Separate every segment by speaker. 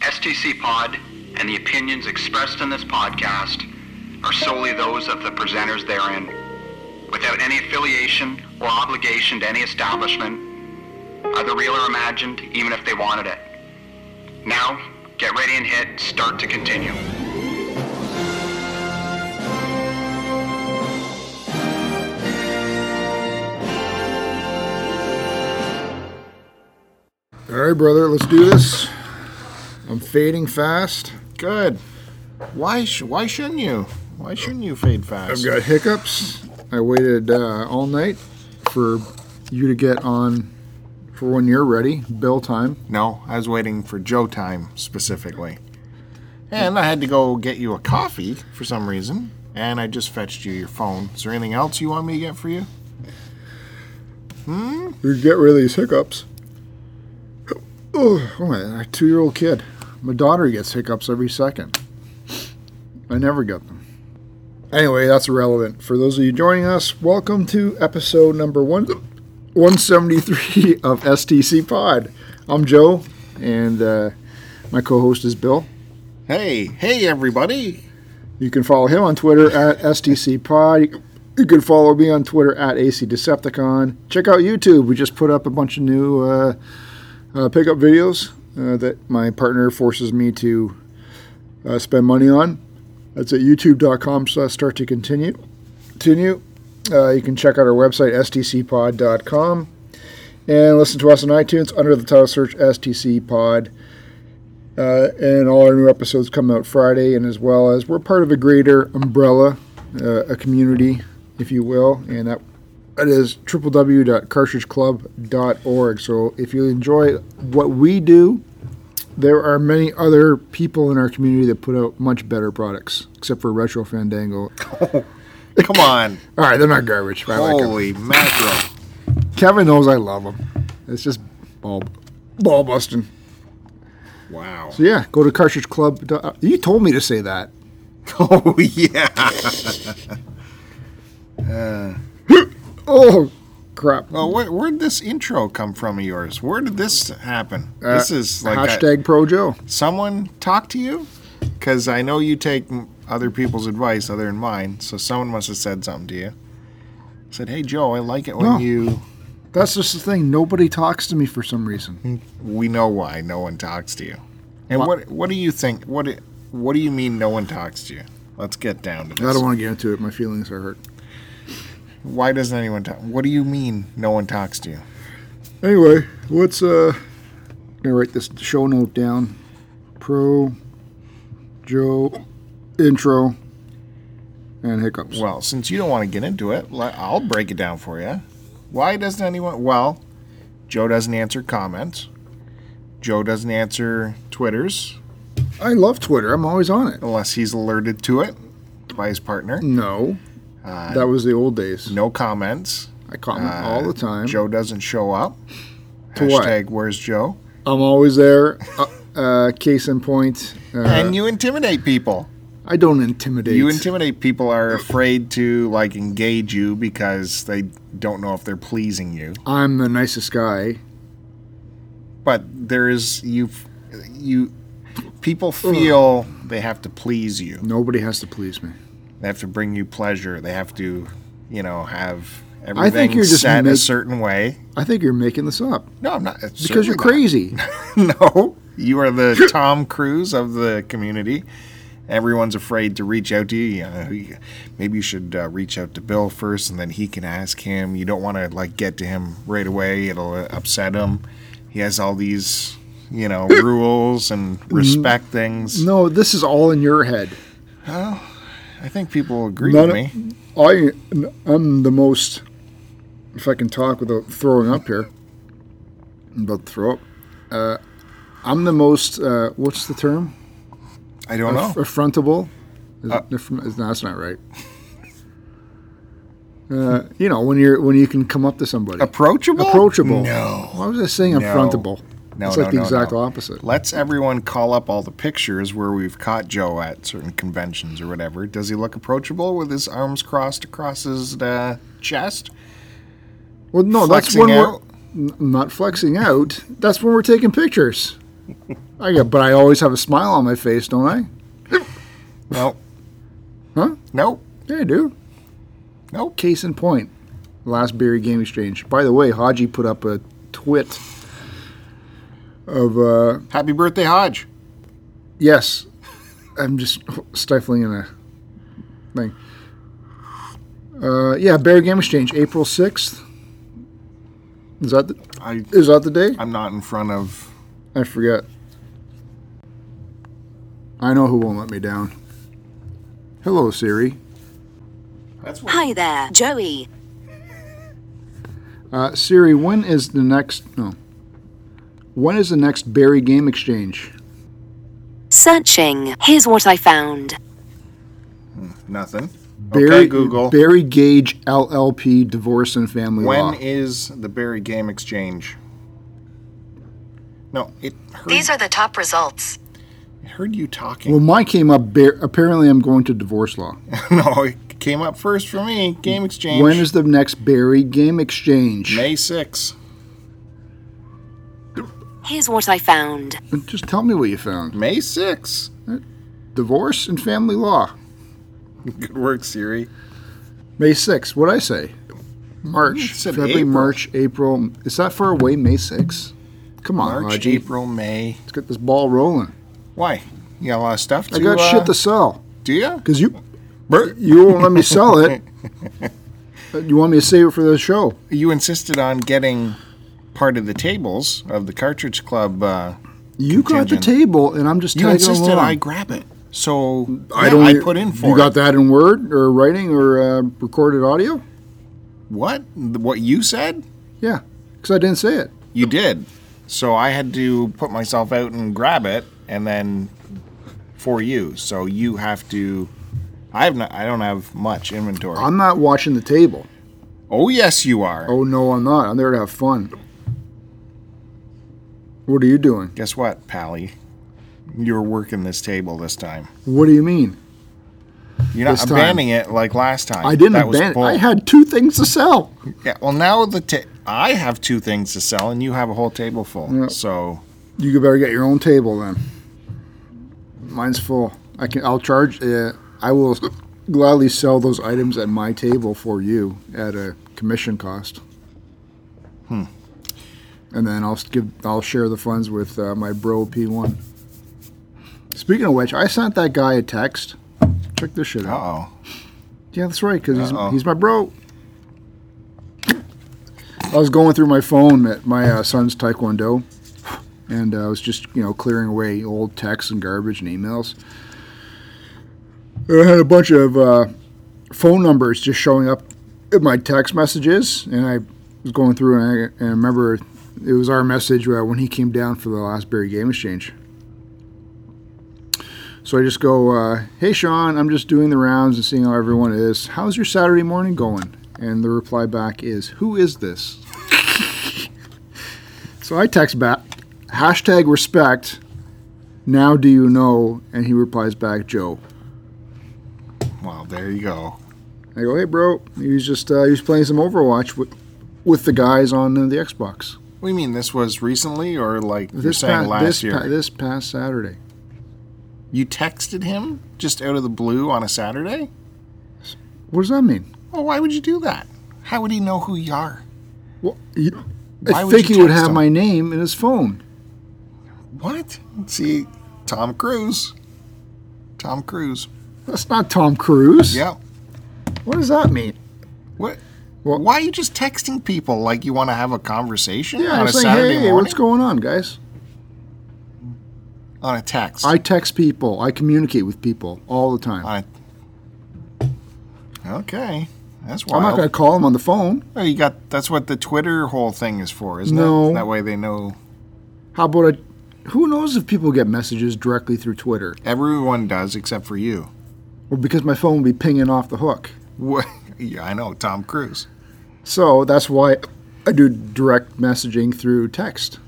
Speaker 1: STC Pod and the opinions expressed in this podcast are solely those of the presenters therein, without any affiliation or obligation to any establishment, either real or imagined, even if they wanted it. Now, get ready and hit start to continue.
Speaker 2: All right, brother, let's do this. I'm fading fast.
Speaker 3: Good. Why? Sh- why shouldn't you? Why shouldn't you fade fast?
Speaker 2: I've got hiccups. I waited uh, all night for you to get on for when you're ready, bill time.
Speaker 3: No, I was waiting for Joe time specifically, and I had to go get you a coffee for some reason, and I just fetched you your phone. Is there anything else you want me to get for you?
Speaker 2: You get rid of these hiccups. Oh, my, a two year old kid. My daughter gets hiccups every second. I never get them. Anyway, that's irrelevant. For those of you joining us, welcome to episode number one, 173 of STC Pod. I'm Joe, and uh, my co host is Bill.
Speaker 3: Hey, hey, everybody!
Speaker 2: You can follow him on Twitter at STC Pod. You can follow me on Twitter at AC Decepticon. Check out YouTube. We just put up a bunch of new uh, uh, pickup videos uh, that my partner forces me to uh, spend money on. That's at youtube.com slash start to continue. continue. Uh, you can check out our website, stcpod.com, and listen to us on iTunes under the title search STC Pod. Uh, and all our new episodes come out Friday, and as well as we're part of a greater umbrella, uh, a community, if you will, and that that is www.cartridgeclub.org. So if you enjoy what we do, there are many other people in our community that put out much better products, except for Retro Fandango.
Speaker 3: Come on!
Speaker 2: All right, they're not garbage. but I like 'em.
Speaker 3: Holy mackerel!
Speaker 2: Kevin knows I love them. It's just ball, ball busting.
Speaker 3: Wow!
Speaker 2: So yeah, go to Cartridge Club. dot- You told me to say that.
Speaker 3: Oh yeah!
Speaker 2: Oh crap!
Speaker 3: Well, where, where'd this intro come from of yours? Where did this happen? this is like a-
Speaker 2: Uh, hashtag Pro Joe.
Speaker 3: someone talk to you? Because I know you take m- other people's advice other than mine, so someone must have said something to you. Said, hey, Joe, I like it when
Speaker 2: No.
Speaker 3: you.
Speaker 2: That's just the thing. Nobody talks to me for some
Speaker 3: Mm,
Speaker 2: reason.
Speaker 3: We know why no one talks to you. And what what, do you think? What i- what do you mean no one talks to you? Let's get down to this.
Speaker 2: I don't want to get into it. My feelings are hurt.
Speaker 3: why doesn't anyone talk? What do you mean no one talks to you?
Speaker 2: Anyway, what's uh? I'm gonna write this show note down. Pro Joe intro and hiccups.
Speaker 3: Well, since you don't want to get into it, le- I'll break it down for you. Why doesn't anyone? Well, Joe doesn't answer comments. Joe doesn't answer Twitters
Speaker 2: I love Twitter. I'm always on it.
Speaker 3: unless he's alerted to it by his partner.
Speaker 2: No, that was the old days.
Speaker 3: Uh, No comments.
Speaker 2: I comment all the time.
Speaker 3: Joe doesn't show up.
Speaker 2: To what?
Speaker 3: Hashtag where's Joe?
Speaker 2: I'm always there. Uh, uh, case in point, uh,
Speaker 3: and you intimidate people.
Speaker 2: I don't intimidate.
Speaker 3: You intimidate people are afraid to like engage you because they don't know if they're pleasing you.
Speaker 2: I'm the nicest guy.
Speaker 3: but there is you you people feel they have to please you
Speaker 2: Nobody has to please me.
Speaker 3: they have to bring you pleasure they have to you know have everything
Speaker 2: I think you're just
Speaker 3: set a
Speaker 2: make-
Speaker 3: certain way
Speaker 2: I think you're making this up
Speaker 3: no i'm not it's
Speaker 2: because you're
Speaker 3: certainly
Speaker 2: crazy.
Speaker 3: not. no you are the tom cruise of the community everyone's afraid to reach out to you, you know, you- maybe you should uh, reach out to bill first and then he can ask him you don't want to like get to him right away it'll uh, upset him he has all these you know rules and respect things
Speaker 2: no, this is all in your head.
Speaker 3: I think people agree
Speaker 2: None of-
Speaker 3: with me.
Speaker 2: I I'm the most if I can talk without throwing up here. I'm about to throw up. Uh, I'm the most uh, what's the term?
Speaker 3: I don't
Speaker 2: Aff-
Speaker 3: know. Uh,
Speaker 2: affrontable. Is it aff- is- no, that's not right. Uh, you know when you're when you can come up to somebody
Speaker 3: Approachable?
Speaker 2: approachable.
Speaker 3: No.
Speaker 2: Why was I saying affrontable?
Speaker 3: No,
Speaker 2: it's
Speaker 3: no,
Speaker 2: like the
Speaker 3: no,
Speaker 2: exact
Speaker 3: no.
Speaker 2: opposite.
Speaker 3: Let's everyone call up all the pictures where we've caught Joe at certain conventions or whatever. Does he look approachable with his arms crossed across his uh, chest?
Speaker 2: Well, no, that's
Speaker 3: Flexing
Speaker 2: when we're
Speaker 3: out?
Speaker 2: n- not flexing out. That's when we're taking pictures. I get, but I always have a smile on my face, don't I?
Speaker 3: Nope.
Speaker 2: Huh?
Speaker 3: Nope.
Speaker 2: Yeah, I do.
Speaker 3: Nope.
Speaker 2: Case in point, last Berry Game Exchange. By the way, Haji put up a twit of uh,
Speaker 3: Happy birthday, Hodge.
Speaker 2: yes. I'm just stifling in a thing. Uh, yeah, Berry Game Exchange, April sixth. Is that the,
Speaker 3: I
Speaker 2: is that the day?
Speaker 3: I'm not in front of.
Speaker 2: I forget. I know who won't let me down. Hello, Siri.
Speaker 3: That's what.
Speaker 4: Hi there, Joey.
Speaker 2: Uh, Siri, when is the next? No. When is the next Barry Game Exchange?
Speaker 4: Searching. Here's what I found.
Speaker 3: Nothing.
Speaker 2: Barry
Speaker 3: okay, Google.
Speaker 2: Barry Gage LLP Divorce and Family
Speaker 3: When
Speaker 2: Law.
Speaker 3: is the Barry Game Exchange? No, it heard,
Speaker 5: These are the top results.
Speaker 3: it heard you talking.
Speaker 2: well, mine came up. Bar- apparently, I'm going to divorce law.
Speaker 3: no, it came up first for me. Game Exchange.
Speaker 2: When is the next Barry Game Exchange?
Speaker 3: May 6th.
Speaker 4: Here's what I found.
Speaker 2: Just tell me what you found.
Speaker 3: May 6th.
Speaker 2: Divorce and Family Law.
Speaker 3: Good work, Siri.
Speaker 2: May 6th. What'd I say? March.
Speaker 3: You said
Speaker 2: February,
Speaker 3: April.
Speaker 2: March, April. Is that far away? May 6th? Come on,
Speaker 3: March,
Speaker 2: Raji.
Speaker 3: April, May.
Speaker 2: Let's get this ball rolling.
Speaker 3: Why? You got a lot of stuff to
Speaker 2: I got
Speaker 3: uh,
Speaker 2: shit to sell.
Speaker 3: Do you?
Speaker 2: Because you, you won't let me sell it. But you want me to save it for the show?
Speaker 3: You insisted on getting part of the tables of the Cartridge Club. Uh,
Speaker 2: You got the
Speaker 3: Contingent.
Speaker 2: table, and I'm just
Speaker 3: you
Speaker 2: tagging
Speaker 3: insisted
Speaker 2: along.
Speaker 3: I grab it. So
Speaker 2: I
Speaker 3: yeah,
Speaker 2: don't. e-
Speaker 3: I put in for
Speaker 2: you
Speaker 3: it.
Speaker 2: got that in word or writing or uh, recorded audio?
Speaker 3: What? What you said?
Speaker 2: Yeah, because I didn't say it.
Speaker 3: You did. So I had to put myself out and grab it, and then for you. So you have to. I have not. I don't have much inventory.
Speaker 2: I'm not watching the table.
Speaker 3: oh yes, you are.
Speaker 2: Oh no, I'm not. I'm there to have fun. What are you doing?
Speaker 3: Guess what, Pally? You're working this table this time.
Speaker 2: What do you mean?
Speaker 3: You're not
Speaker 2: This time.
Speaker 3: abandoning it like last time.
Speaker 2: I didn't
Speaker 3: That was
Speaker 2: abandon.
Speaker 3: bull.
Speaker 2: I had two things to sell.
Speaker 3: Yeah. Well, now the ta- I have two things to sell, and you have a whole table full. So
Speaker 2: You better get your own table then. Mine's full. I can. I'll charge. Uh, I will gladly sell those items at my table for you at a commission cost. Hmm. And then I'll s- give. I'll share the funds with uh, my bro P1. Speaking of which, I sent that guy a text. Check this shit
Speaker 3: uh
Speaker 2: out.
Speaker 3: oh.
Speaker 2: Yeah, that's right. Because he's
Speaker 3: Uh-oh.
Speaker 2: he's my bro. I was going through my phone at my uh, son's taekwondo, and uh, I was just you know clearing away old texts and garbage and emails. And I had a bunch of uh, phone numbers just showing up in my text messages, and I was going through and I, and I remember it was our message uh, when he came down for the last Barry Game Exchange. So I just go, uh, "Hey Sean, I'm just doing the rounds and seeing how everyone is. How's your Saturday morning going?" And the reply back is, "Who is this?" so I text back, hashtag respect. Now do you know? And he replies back, Joe.
Speaker 3: Well, there you go.
Speaker 2: I go, hey bro, he was just uh, he was playing some Overwatch with with the guys on uh, the Xbox.
Speaker 3: What do you mean? This was recently, or like you're
Speaker 2: This
Speaker 3: saying
Speaker 2: pa-
Speaker 3: last
Speaker 2: this
Speaker 3: year?
Speaker 2: pa- this past Saturday.
Speaker 3: you texted him just out of the blue on a Saturday?
Speaker 2: What does that mean?
Speaker 3: Well, why would you do that? How would he know who you are?
Speaker 2: Well, you,
Speaker 3: Why
Speaker 2: I
Speaker 3: would
Speaker 2: think
Speaker 3: you
Speaker 2: he would
Speaker 3: text
Speaker 2: have
Speaker 3: him?
Speaker 2: my name in his phone.
Speaker 3: What? See, Tom Cruise. Tom Cruise.
Speaker 2: That's not Tom Cruise.
Speaker 3: Yeah.
Speaker 2: What does that mean?
Speaker 3: What?
Speaker 2: Well-
Speaker 3: why are you just texting people like you want to have a conversation
Speaker 2: Yeah,
Speaker 3: on
Speaker 2: I'm
Speaker 3: a
Speaker 2: saying,
Speaker 3: Saturday
Speaker 2: hey,
Speaker 3: morning?
Speaker 2: what's going on, guys?
Speaker 3: on a text.
Speaker 2: I text people. I communicate with people all the time.
Speaker 3: on a, okay, that's
Speaker 2: I'm
Speaker 3: wild.
Speaker 2: not going to call them on the phone.
Speaker 3: Oh, you got that's what the Twitter whole thing is for, isn't
Speaker 2: No.
Speaker 3: it? That way they know.
Speaker 2: How about a? Who knows if people get messages directly through Twitter?
Speaker 3: Everyone does except for you.
Speaker 2: Well, because my phone would be pinging off the hook.
Speaker 3: What? Yeah, I know Tom Cruise.
Speaker 2: So that's why I do direct messaging through text.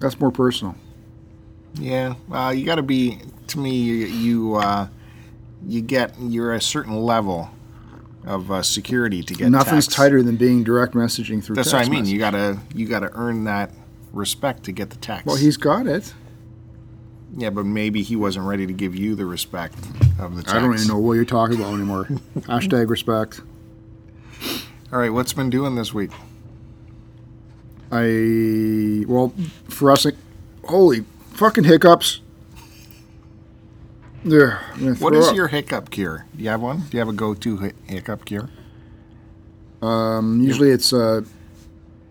Speaker 2: That's more personal.
Speaker 3: Yeah, uh, you got to be to me. You uh, you get you're a certain level of uh, security to get
Speaker 2: Nothing's
Speaker 3: text.
Speaker 2: tighter than being direct messaging through
Speaker 3: That's
Speaker 2: text
Speaker 3: what I mean.
Speaker 2: message.
Speaker 3: You gotta you gotta earn that respect to get the text.
Speaker 2: well, he's got it.
Speaker 3: yeah, but maybe he wasn't ready to give you the respect of the text.
Speaker 2: I don't even know what you're talking about anymore. Hashtag respect.
Speaker 3: All right, what's been doing this week?
Speaker 2: I well for us, holy fucking hiccups. Yeah. I'm gonna
Speaker 3: What
Speaker 2: throw
Speaker 3: is
Speaker 2: up.
Speaker 3: your hiccup cure? Do you have one? Do you have a go-to hi- hiccup cure?
Speaker 2: Um, usually it's uh,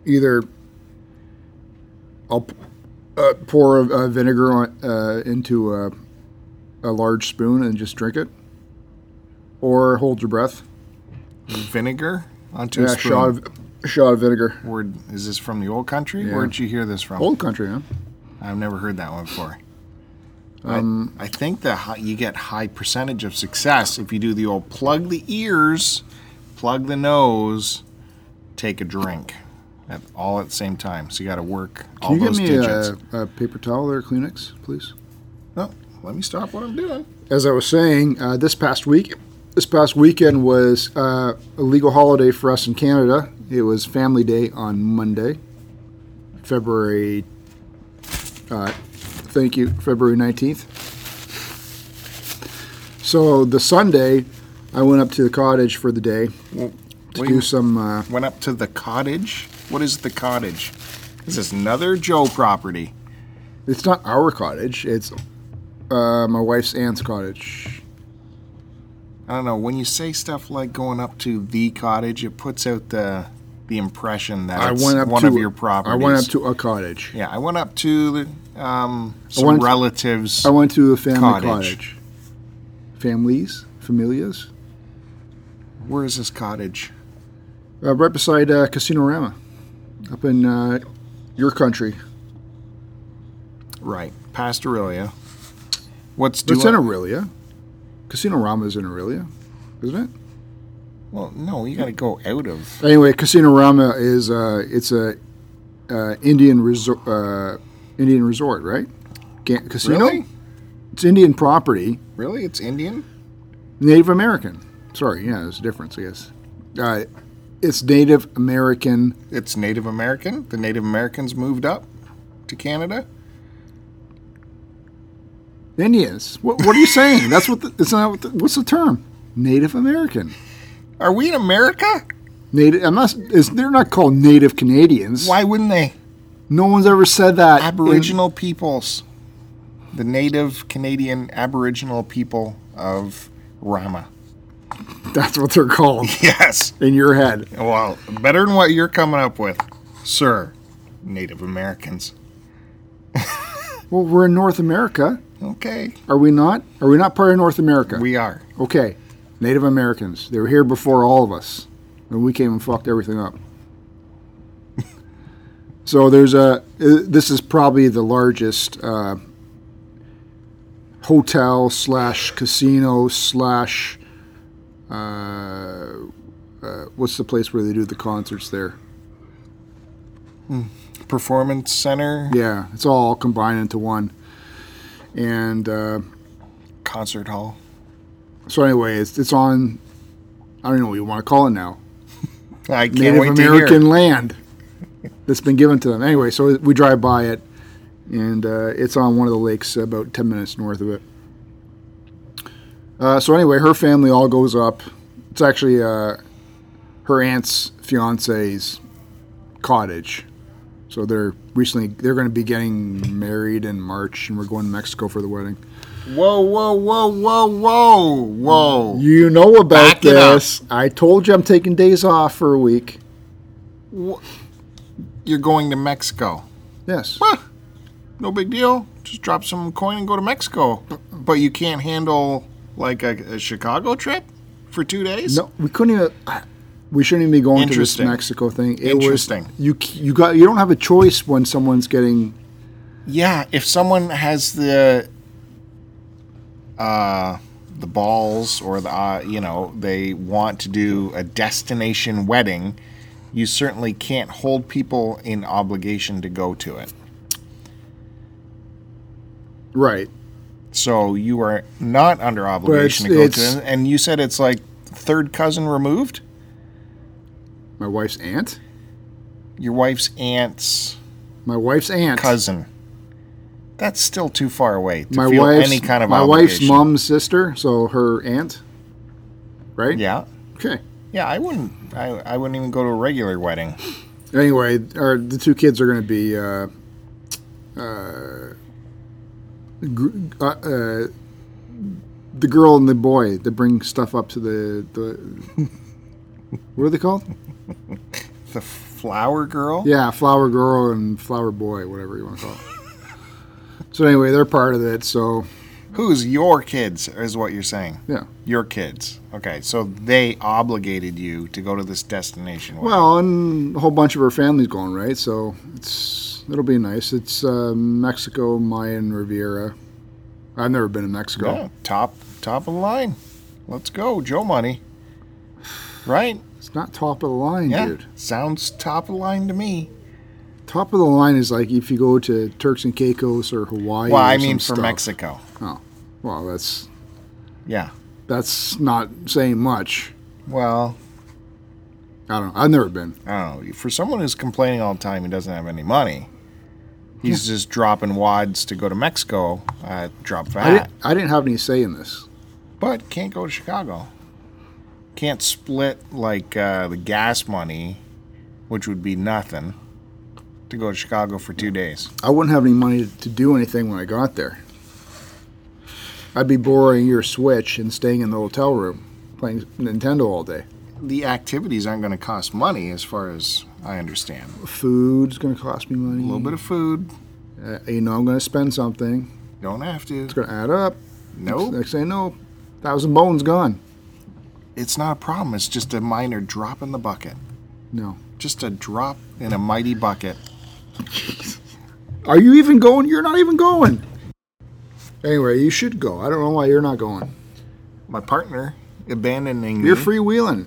Speaker 2: either I'll p- uh, pour uh, vinegar on uh, into a, a large spoon and just drink it, or hold your breath.
Speaker 3: Vinegar onto a
Speaker 2: yeah,
Speaker 3: spoon.
Speaker 2: shot of a shot of vinegar.
Speaker 3: Word, is this from the old country?
Speaker 2: Yeah.
Speaker 3: Where'd you hear this from?
Speaker 2: Old country, huh?
Speaker 3: I've never heard that one before.
Speaker 2: Um,
Speaker 3: I, I think that hi- you get high percentage of success if you do the old plug the ears, plug the nose, take a drink, at, all at the same time. So you got to work all
Speaker 2: Can you
Speaker 3: those
Speaker 2: give me
Speaker 3: digits.
Speaker 2: a, a paper towel or Kleenex, please?
Speaker 3: No, let me stop what I'm doing.
Speaker 2: as I was saying, uh, this past week, this past weekend was uh, a legal holiday for us in Canada. It was Family Day on Monday, February. Uh, thank you, February nineteenth. So the Sunday, I went up to the cottage for the day to
Speaker 3: Wait,
Speaker 2: do some. Uh,
Speaker 3: went up to the cottage. What is the cottage? Is this another Joe property?
Speaker 2: it's not our cottage. It's uh, my wife's aunt's cottage.
Speaker 3: I don't know. When you say stuff like going up to the cottage, it puts out the the impression that
Speaker 2: I
Speaker 3: it's
Speaker 2: went up
Speaker 3: one
Speaker 2: to
Speaker 3: of your properties.
Speaker 2: I went up to a cottage.
Speaker 3: Yeah, I went up to the, um, some
Speaker 2: went-
Speaker 3: relatives.
Speaker 2: I went to a family
Speaker 3: Cottage.
Speaker 2: cottage. Families? Familias?
Speaker 3: Where is this cottage?
Speaker 2: Uh, right beside uh, Casino Rama, up in uh, your country.
Speaker 3: Right, Pastoralia. What's
Speaker 2: It's
Speaker 3: doing?
Speaker 2: in Aurelia. Casino Rama is in Aurelia, isn't it?
Speaker 3: well, no, you got to go out of.
Speaker 2: Anyway, Casino Rama is uh, it's a uh, Indian resort, uh, Indian resort, right? Ga- casino.
Speaker 3: Really?
Speaker 2: It's Indian property,
Speaker 3: Really, it's Indian.
Speaker 2: Native American. Sorry, yeah, there's a difference, I guess. Uh, it's Native American.
Speaker 3: It's Native American. The Native Americans moved up to Canada.
Speaker 2: Indians. What, what are you saying? That's what. The, it's not. What the, what's the term? Native American.
Speaker 3: Are we in America?
Speaker 2: Native. I'm not. Is, they're not called Native Canadians.
Speaker 3: Why wouldn't they?
Speaker 2: No one's ever said that. in-
Speaker 3: Aboriginal peoples, the Native Canadian Aboriginal people of Rama.
Speaker 2: that's what they're called
Speaker 3: Yes.
Speaker 2: in your head.
Speaker 3: Well, better than what you're coming up with, sir. Native Americans.
Speaker 2: Well, we're in North America,
Speaker 3: Okay.
Speaker 2: are we not? Are we not part of North America?
Speaker 3: We are.
Speaker 2: okay. Native Americans. They were here before all of us, and we came and fucked everything up. so there's a. uh, This is probably the largest uh, hotel slash casino slash. Uh, uh, what's the place where they do the concerts there?
Speaker 3: Performance Center,
Speaker 2: Yeah, it's all combined into one. And uh,
Speaker 3: concert hall.
Speaker 2: so, anyway, it's, it's on, I don't know what you want to call it now
Speaker 3: I can't
Speaker 2: Native
Speaker 3: wait
Speaker 2: American
Speaker 3: to hear.
Speaker 2: land that's been given to them. Anyway, so we drive by it, and uh, it's on one of the lakes about 10 minutes north of it. Uh, so, anyway, her family all goes up. It's actually uh, her aunt's fiance's cottage. So they're recently they're going to be getting married in March, and we're going to Mexico for the wedding.
Speaker 3: Whoa, whoa, whoa, whoa, whoa, whoa.
Speaker 2: You know about
Speaker 3: Back it up.
Speaker 2: this. I told you I'm taking days off for a week.
Speaker 3: You're going to Mexico.
Speaker 2: Yes.
Speaker 3: Huh, no big deal. Just drop some coin and go to Mexico. But you can't handle like a, a Chicago trip for two days?
Speaker 2: No, we couldn't even. I- We shouldn't even be going to this
Speaker 3: Interesting.
Speaker 2: Mexico thing. It
Speaker 3: Interesting.
Speaker 2: Was, you c- you got you don't have a choice when someone's getting.
Speaker 3: Yeah, if someone has the uh, the balls or the uh, you know they want to do a destination wedding, you certainly can't hold people in obligation to go to it.
Speaker 2: Right.
Speaker 3: So you are not under
Speaker 2: it's-
Speaker 3: obligation to go to
Speaker 2: it's-
Speaker 3: it. And you said it's like third cousin removed?
Speaker 2: My wife's aunt?
Speaker 3: Your wife's aunt's
Speaker 2: My wife's aunt.
Speaker 3: cousin. That's still too far away to
Speaker 2: my
Speaker 3: feel
Speaker 2: wife's,
Speaker 3: any kind of
Speaker 2: my wife's
Speaker 3: obligation.
Speaker 2: mom's sister, so her aunt. Right?
Speaker 3: Yeah,
Speaker 2: Okay.
Speaker 3: yeah. I wouldn't. I, I wouldn't even go to a regular wedding.
Speaker 2: Anyway, our, the two kids are going to be uh, uh, gr- uh, uh, the girl and the boy that bring stuff up to the the. what are they called?
Speaker 3: The flower girl.
Speaker 2: Yeah, flower girl and flower boy, whatever you want to call it. so anyway, they're part of it. So
Speaker 3: Who's your kids? Is what you're saying.
Speaker 2: yeah.
Speaker 3: Your kids. Okay, so they obligated you to go to this destination. wedding.
Speaker 2: Well, and a whole bunch of her family's going right, so it's it'll be nice. It's uh, Mexico Mayan Riviera. I've never been to Mexico.
Speaker 3: Yeah, top top of the line. Let's go, Joe Money. Right?
Speaker 2: It's not top of the line,
Speaker 3: Yeah.
Speaker 2: dude.
Speaker 3: Sounds top of the line to me.
Speaker 2: Top of the line is like if you go to Turks and Caicos or Hawaii.
Speaker 3: well,
Speaker 2: or
Speaker 3: I
Speaker 2: some
Speaker 3: mean for
Speaker 2: stuff.
Speaker 3: Mexico.
Speaker 2: Oh, well, that's
Speaker 3: Yeah.
Speaker 2: that's not saying much.
Speaker 3: Well,
Speaker 2: I don't. know. I've never been.
Speaker 3: I don't know. Oh, For someone who's complaining all the time and doesn't have any money, he's just dropping wads to go to Mexico. Uh, drop
Speaker 2: I
Speaker 3: that.
Speaker 2: didn't, I didn't have any say in this.
Speaker 3: But can't go to Chicago. Can't split like uh, the gas money, which would be nothing, to go to Chicago for two days.
Speaker 2: I wouldn't have any money to do anything when I got there. I'd be borrowing your Switch and staying in the hotel room playing Nintendo all day.
Speaker 3: the activities aren't going to cost money, as far as I understand.
Speaker 2: Food's going to cost me money.
Speaker 3: A little bit of food,
Speaker 2: Uh, you know, I'm going to spend something.
Speaker 3: don't have to.
Speaker 2: It's going to add up.
Speaker 3: No,
Speaker 2: Next thing I know, thousand bones gone.
Speaker 3: it's not a problem. It's just a minor drop in the bucket,
Speaker 2: No.
Speaker 3: just a drop in a mighty bucket.
Speaker 2: Are you even going? You're not even going. Anyway, you should go. I don't know why you're not going.
Speaker 3: My partner abandoning
Speaker 2: You're
Speaker 3: me.
Speaker 2: freewheeling.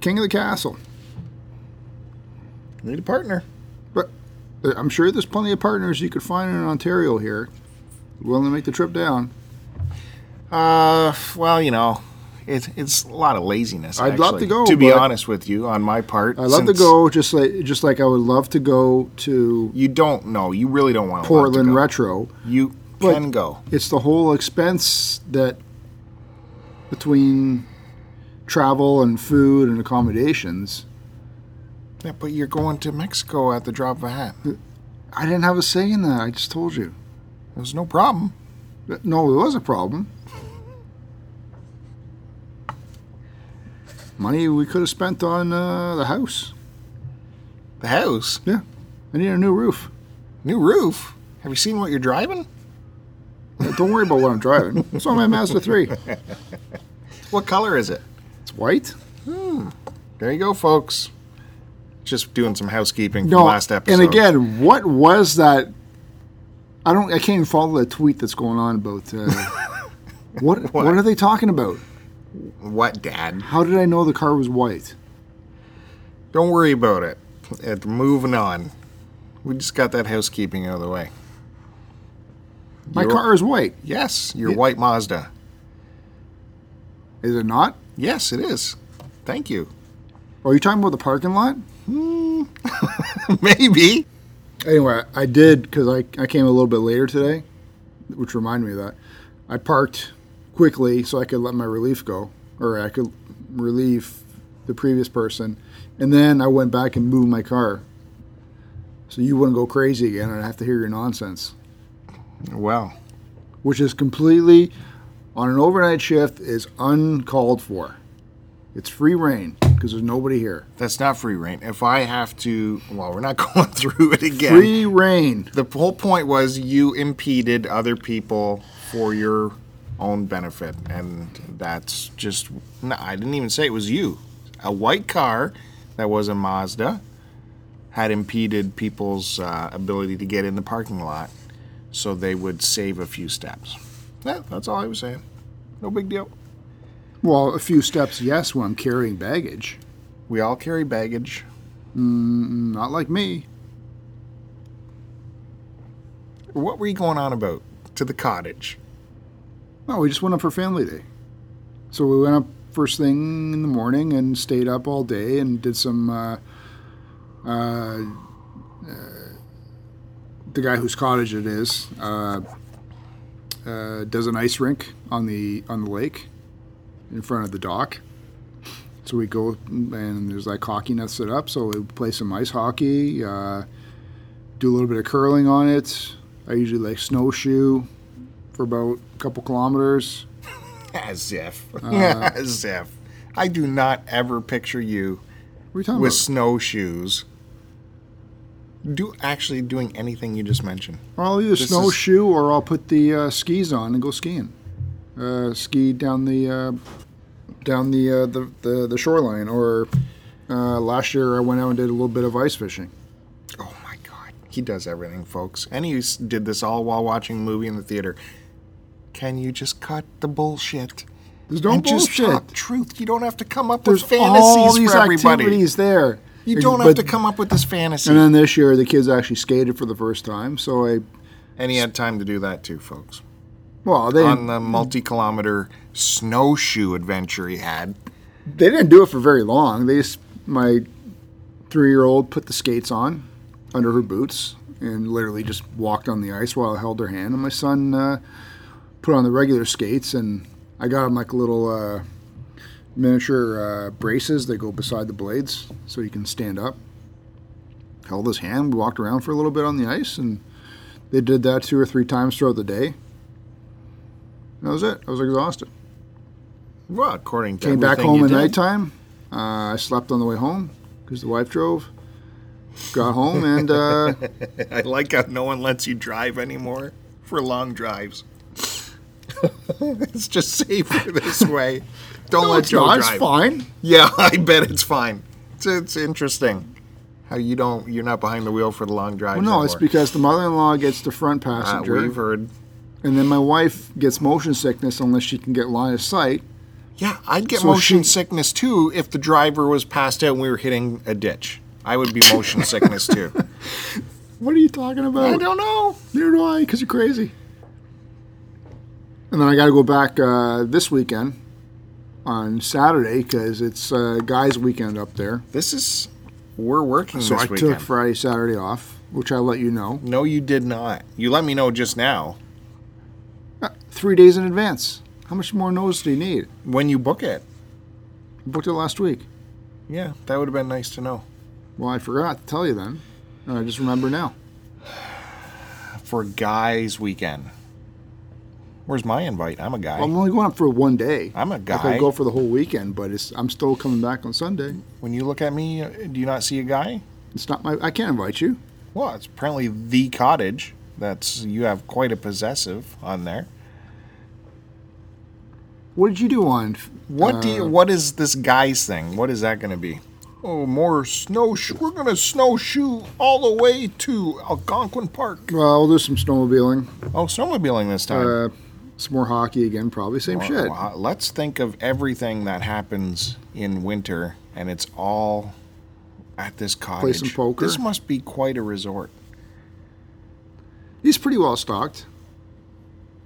Speaker 2: King of the castle.
Speaker 3: Need a partner.
Speaker 2: But uh, I'm sure there's plenty of partners you could find in Ontario here willing to make the trip down.
Speaker 3: Uh, well, you know, it's it's a lot of laziness.
Speaker 2: I'd love
Speaker 3: actually,
Speaker 2: to go,
Speaker 3: To be
Speaker 2: but-
Speaker 3: honest with you, on my part,
Speaker 2: I love to
Speaker 3: since
Speaker 2: go just like just like I would love to go to
Speaker 3: You don't know. You really don't want to.
Speaker 2: Portland
Speaker 3: go.
Speaker 2: Retro.
Speaker 3: You
Speaker 2: But-
Speaker 3: can go.
Speaker 2: It's the whole expense that between travel and food and accommodations.
Speaker 3: Yeah, but you're going to Mexico at the drop of a hat.
Speaker 2: I didn't have a say in that. I just told you.
Speaker 3: There's no problem.
Speaker 2: But No, it was a problem. Money we could have spent on uh, the house.
Speaker 3: The house.
Speaker 2: Yeah, I need a new roof.
Speaker 3: New roof? Have you seen what you're driving?
Speaker 2: Don't worry about what I'm driving. It's on my Mazda 3.
Speaker 3: What color is it?
Speaker 2: It's white.
Speaker 3: There you go, folks. Just doing some housekeeping from
Speaker 2: No,
Speaker 3: last episode.
Speaker 2: And again, what was that? I don't. I can't even follow the tweet that's going on about. Uh, what, what are they talking about?
Speaker 3: what, Dad?
Speaker 2: How did I know the car was white?
Speaker 3: Don't worry about it. It- moving on. We just got that housekeeping out of the way.
Speaker 2: My
Speaker 3: You're-
Speaker 2: car is white.
Speaker 3: Yes, your white Mazda.
Speaker 2: Is it not?
Speaker 3: Yes, it is. Thank you.
Speaker 2: Are you talking about the parking lot?
Speaker 3: Maybe.
Speaker 2: Anyway, I did because I, I came a little bit later today, which reminded me of that. I parked quickly so I could let my relief go, or I could relieve the previous person. And then I went back and moved my car so you wouldn't go crazy again and I'd have to hear your nonsense,
Speaker 3: Well,
Speaker 2: which is completely, on an overnight shift, is uncalled for. It's free reign because there's nobody here.
Speaker 3: that's not free reign. If I have to, well, we're not going through it again.
Speaker 2: Free reign.
Speaker 3: The whole point was you impeded other people for your own benefit, and that's just. No, I didn't even say it was you. A white car that was a Mazda had impeded people's uh, ability to get in the parking lot, so they would save a few steps. That, that's all I was saying. No big deal.
Speaker 2: Well, a few steps, yes, when I'm carrying baggage.
Speaker 3: We all carry baggage.
Speaker 2: Not like me.
Speaker 3: What were you going on about? To the cottage.
Speaker 2: No, we just went up for family day. So we went up first thing in the morning and stayed up all day and did some. Uh, uh, uh, the guy whose cottage it is uh, uh, does an ice rink on the on the lake in front of the dock. So we go and there's like hockey nets set up. So we play some ice hockey, uh, do a little bit of curling on it. I usually like snowshoe for about a couple kilometers.
Speaker 3: As if. As if. I do not ever picture you
Speaker 2: What are you talking
Speaker 3: with
Speaker 2: about?
Speaker 3: snowshoes do actually doing anything you just mentioned.
Speaker 2: I'll either
Speaker 3: is-
Speaker 2: snowshoe or I'll put the uh, skis on and go skiing. Uh, ski down the uh, down the, uh, the the the shoreline. Or uh, last year I went out and did a little bit of ice fishing.
Speaker 3: Oh my god. He does everything, folks. And he s- did this all while watching a movie in the theater. Can you just cut the bullshit?
Speaker 2: There's no
Speaker 3: and just
Speaker 2: bullshit.
Speaker 3: talk truth. You don't have to come up
Speaker 2: There's
Speaker 3: with fantasies
Speaker 2: all these
Speaker 3: for everybody.
Speaker 2: activities there.
Speaker 3: You
Speaker 2: Ex-
Speaker 3: don't have
Speaker 2: but-
Speaker 3: to come up with this fantasy.
Speaker 2: And then this year the kids actually skated for the first time. So I
Speaker 3: and he had time to do that too, folks.
Speaker 2: well they
Speaker 3: On the multi-kilometer snowshoe adventure he had.
Speaker 2: they didn't do it for very long. They just, my three year old put the skates on under her boots and literally just walked on the ice while I held her hand. And my son uh, put on the regular skates and I got him like little uh, miniature uh, braces that go beside the blades so he can stand up. Held his hand, we walked around for a little bit on the ice, and they did that two or three times throughout the day. And that was it. I was exhausted.
Speaker 3: Well, according to
Speaker 2: Came back
Speaker 3: everything
Speaker 2: home
Speaker 3: you
Speaker 2: at
Speaker 3: did.
Speaker 2: nighttime. Uh, I slept on the way home because the wife drove. Got home and uh,
Speaker 3: I like how no one lets you drive anymore for long drives. it's just safer this way. Don't let
Speaker 2: it's
Speaker 3: Joe
Speaker 2: not, "Oh, it's
Speaker 3: drive.
Speaker 2: fine.
Speaker 3: Yeah, I bet it's fine. It's, it's interesting how you don't you're not behind the wheel for the long drives.
Speaker 2: Well, no, it's
Speaker 3: anymore.
Speaker 2: because the mother-in-law gets the front
Speaker 3: uh,
Speaker 2: passenger,
Speaker 3: we've heard.
Speaker 2: and then my wife gets motion sickness unless she can get line of sight.
Speaker 3: Yeah, I'd get
Speaker 2: So
Speaker 3: motion
Speaker 2: she-
Speaker 3: sickness too if the driver was passed out and we were hitting a ditch. I would be motion sickness too.
Speaker 2: What are you talking about?
Speaker 3: I don't know.
Speaker 2: Neither do I, because you're crazy. And then I got to go back uh, this weekend on Saturday because it's uh, guys' weekend up there.
Speaker 3: This is we're working
Speaker 2: So
Speaker 3: this
Speaker 2: I
Speaker 3: weekend.
Speaker 2: took Friday, Saturday off, which I let you know.
Speaker 3: no, you did not. You let me know just now
Speaker 2: three days in advance. How much more notice do you need?
Speaker 3: when you book it.
Speaker 2: I booked it last week.
Speaker 3: Yeah, that would have been nice to know.
Speaker 2: Well, I forgot to tell you then. And I just remember now.
Speaker 3: For guys' weekend. Where's my invite? I'm a guy.
Speaker 2: I'm only going up for one day.
Speaker 3: I'm a
Speaker 2: Like,
Speaker 3: guy.
Speaker 2: I go for the whole weekend, but it's I'm still coming back on Sunday.
Speaker 3: when you look at me, uh, do you not see a guy?
Speaker 2: It's not my. I can't invite you.
Speaker 3: Well, it's apparently the cottage. That's you have quite a possessive on there.
Speaker 2: What did you do on? uh,
Speaker 3: What do you, what is this guy's thing? What is that going to be? Uh. Oh, more snowshoe. We're going to snowshoe all the way to Algonquin Park.
Speaker 2: Well, we'll do some snowmobiling,
Speaker 3: Oh, snowmobiling this time.
Speaker 2: uh, some more hockey again, probably same
Speaker 3: Well,
Speaker 2: shit.
Speaker 3: well, uh, let's think of everything that happens in winter, and it's all at this cottage.
Speaker 2: some poker.
Speaker 3: This must be quite a resort.
Speaker 2: He's pretty well stocked.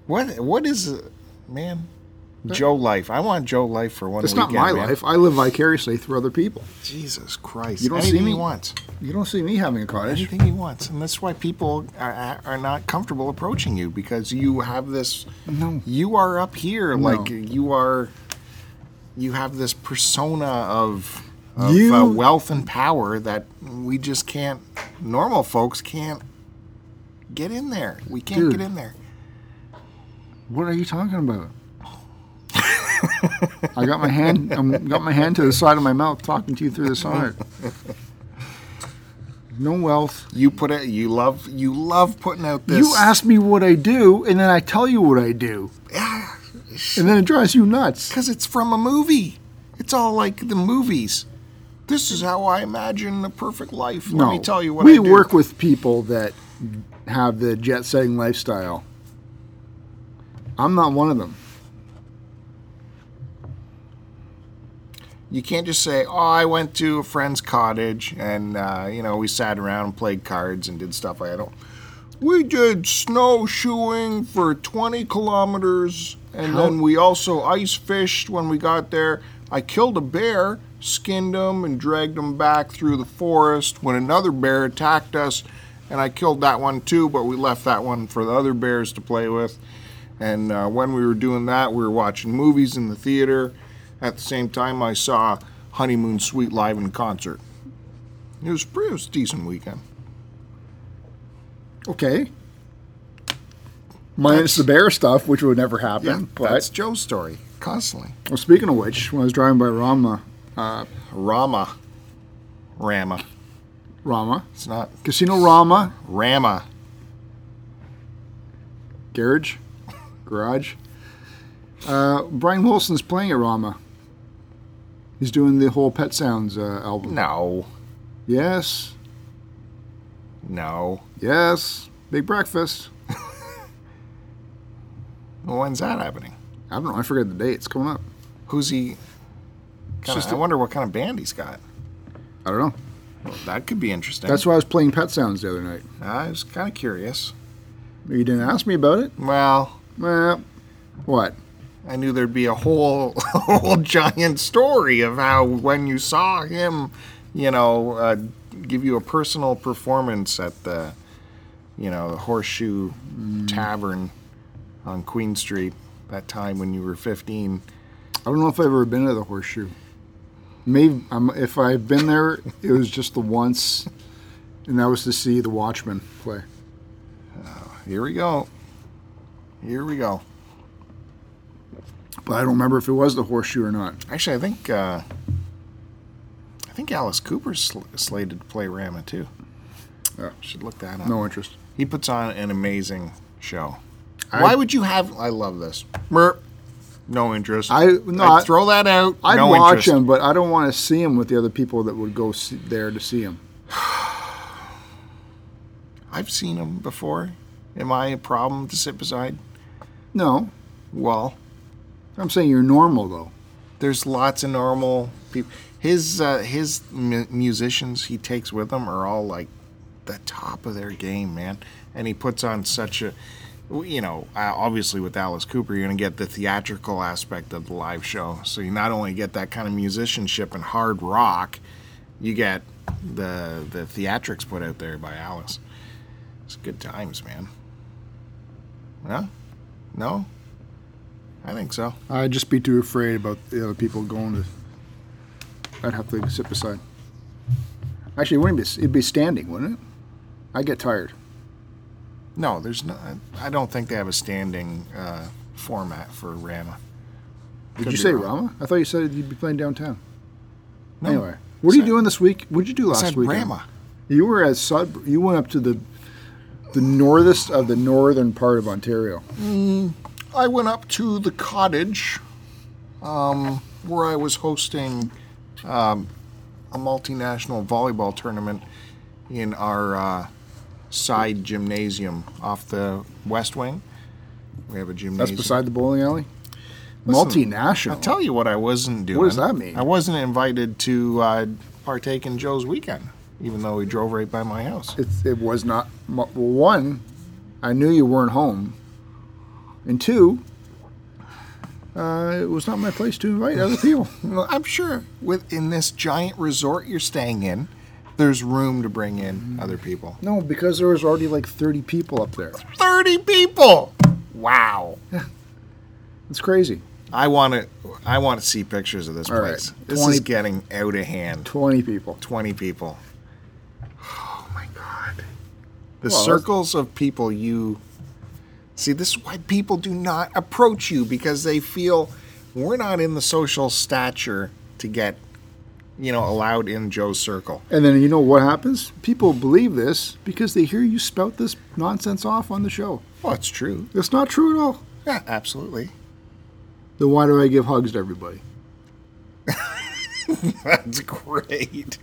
Speaker 3: What? What is, uh, man? Joe life. I want Joe life for one.
Speaker 2: It's not
Speaker 3: weekend,
Speaker 2: my
Speaker 3: man.
Speaker 2: life. I live vicariously through other people.
Speaker 3: Jesus Christ!
Speaker 2: You don't see
Speaker 3: Anything
Speaker 2: me-
Speaker 3: he wants.
Speaker 2: You don't see me having a cottage.
Speaker 3: Anything he wants, and that's why people are, are not comfortable approaching you because you have this.
Speaker 2: No.
Speaker 3: You are up here, like
Speaker 2: No.
Speaker 3: you are. You have this persona of, of
Speaker 2: You-
Speaker 3: uh, wealth and power that we just can't. Normal folks can't get in there. We can't
Speaker 2: Dude.
Speaker 3: get in there.
Speaker 2: What are you talking about? I got my hand um, got my hand to the side of my mouth talking to you through the side. No wealth.
Speaker 3: You put it. You love. You love putting out this.
Speaker 2: You ask me what I do, and then I tell you what I do. And then it drives you nuts.
Speaker 3: Because it's from a movie. It's all like the movies. This is how I imagine the perfect life. Let
Speaker 2: no.
Speaker 3: me tell you what
Speaker 2: we
Speaker 3: I do.
Speaker 2: work with people that have the jet setting lifestyle. I'm not one of them.
Speaker 3: You can't just say, "Oh, I went to a friend's cottage and uh, you know we sat around and played cards and did stuff." like that. We did snowshoeing for 20 kilometers, and then we also ice fished when we got there. I killed a bear, skinned him, and dragged him back through the forest when another bear attacked us, and I killed that one too, but we left that one for the other bears to play with. And uh, when we were doing that, we were watching movies in the theater. At the same time, I saw Honeymoon Suite live in concert. It was, pretty, it was a decent weekend.
Speaker 2: Okay. Minus the bear stuff, which would never happen.
Speaker 3: Yeah,
Speaker 2: but
Speaker 3: that's Joe's story. Constantly.
Speaker 2: well, speaking of which, when I was driving by Rama, Uh,
Speaker 3: Rama. Rama.
Speaker 2: Rama
Speaker 3: It's not
Speaker 2: Casino Rama
Speaker 3: Rama.
Speaker 2: garage, garage. Uh, Brian Wilson's playing at Rama. He's doing the whole Pet Sounds uh, album.
Speaker 3: No.
Speaker 2: Yes,
Speaker 3: No.
Speaker 2: yes. Big breakfast.
Speaker 3: When's that happening?
Speaker 2: I don't know. I forget the date. It's coming up.
Speaker 3: Who's he? Kinda,
Speaker 2: just
Speaker 3: I
Speaker 2: a-
Speaker 3: wonder what kind of band he's got.
Speaker 2: I don't know.
Speaker 3: Well, that could be interesting.
Speaker 2: That's why I was playing Pet Sounds the other night.
Speaker 3: I was kind of curious.
Speaker 2: You didn't ask me about it.
Speaker 3: Well,
Speaker 2: Well, what?
Speaker 3: I knew there'd be a whole, whole giant story of how when you saw him, you know, uh, give you a personal performance at the, you know, the Horseshoe Tavern on Queen Street. That time when you were 15.
Speaker 2: I don't know if I've ever been to the Horseshoe. Maybe um, if I've been there, it was just the once, and that was to see the Watchmen play.
Speaker 3: Here we go. Here we go.
Speaker 2: But I don't remember if it was the Horseshoe or not.
Speaker 3: Actually, I think uh, I think Alice Cooper's sl- slated to play Rama too.
Speaker 2: Yeah.
Speaker 3: Should look that up.
Speaker 2: No interest.
Speaker 3: He puts on an amazing show.
Speaker 2: I-
Speaker 3: Why would you have? I love this. Mer, no interest.
Speaker 2: I- no, I-
Speaker 3: I'd throw that out.
Speaker 2: I'd
Speaker 3: no
Speaker 2: watch
Speaker 3: interest.
Speaker 2: him, but I don't want to see him with the other people that would go see, there to see him.
Speaker 3: I've seen him before. Am I a problem to sit beside?
Speaker 2: No,
Speaker 3: Well,
Speaker 2: I'm saying you're normal though.
Speaker 3: there's lots of normal people. His uh, his mu- musicians he takes with him are all like the top of their game, man. And he puts on such a, you know, uh, obviously with Alice Cooper, you're gonna get the theatrical aspect of the live show. So you not only get that kind of musicianship and hard rock, you get the the theatrics put out there by Alice. It's good times, man. Yeah, no, I think so.
Speaker 2: I'd just be too afraid about the other people going to. I'd have to sit beside. Actually, it wouldn't be. It'd be standing, wouldn't it? I get tired.
Speaker 3: No, there's not. I don't think they have a standing uh, format for Rama.
Speaker 2: Did
Speaker 3: Could
Speaker 2: you
Speaker 3: be
Speaker 2: say
Speaker 3: wrong.
Speaker 2: Rama? I thought you said you'd be playing downtown.
Speaker 3: No.
Speaker 2: Anyway, what are you
Speaker 3: Said-
Speaker 2: doing this week? What did you do
Speaker 3: I
Speaker 2: last
Speaker 3: said
Speaker 2: week?
Speaker 3: Rama.
Speaker 2: You were at Sud. You went up to the the northest of the northern part of Ontario.
Speaker 3: I went up to the cottage um, where I was hosting um, a multinational volleyball tournament in our uh, side gymnasium off the west wing. We have a
Speaker 2: That's
Speaker 3: gymnasium.
Speaker 2: beside the bowling alley.
Speaker 3: Listen,
Speaker 2: Multinational.
Speaker 3: I'll tell you what I wasn't doing.
Speaker 2: What does that mean?
Speaker 3: I wasn't invited to uh, partake in Joe's weekend, even though he drove right by my house.
Speaker 2: it, it was not mu- well, one i knew you weren't home and two uh, it was not my place to invite other people
Speaker 3: Well, I'm sure within this giant resort you're staying in, there's room to bring in other people.
Speaker 2: no because there was already like 30 people up there
Speaker 3: 30 people. Wow.
Speaker 2: it's crazy
Speaker 3: I want to I want to see pictures of this
Speaker 2: All right.
Speaker 3: place. This
Speaker 2: 20
Speaker 3: is getting out of hand.
Speaker 2: 20 people
Speaker 3: 20 people. Oh my god. The
Speaker 2: Well,
Speaker 3: circles of people you See, this is why people do not approach you because they feel we're not in the social stature to get you know allowed in Joe's circle.
Speaker 2: and then you know what happens people believe this because they hear you spout this nonsense off on the show
Speaker 3: Well, it's true.
Speaker 2: it's not true at all
Speaker 3: Yeah, absolutely.
Speaker 2: then why do i give hugs to everybody
Speaker 3: That's great.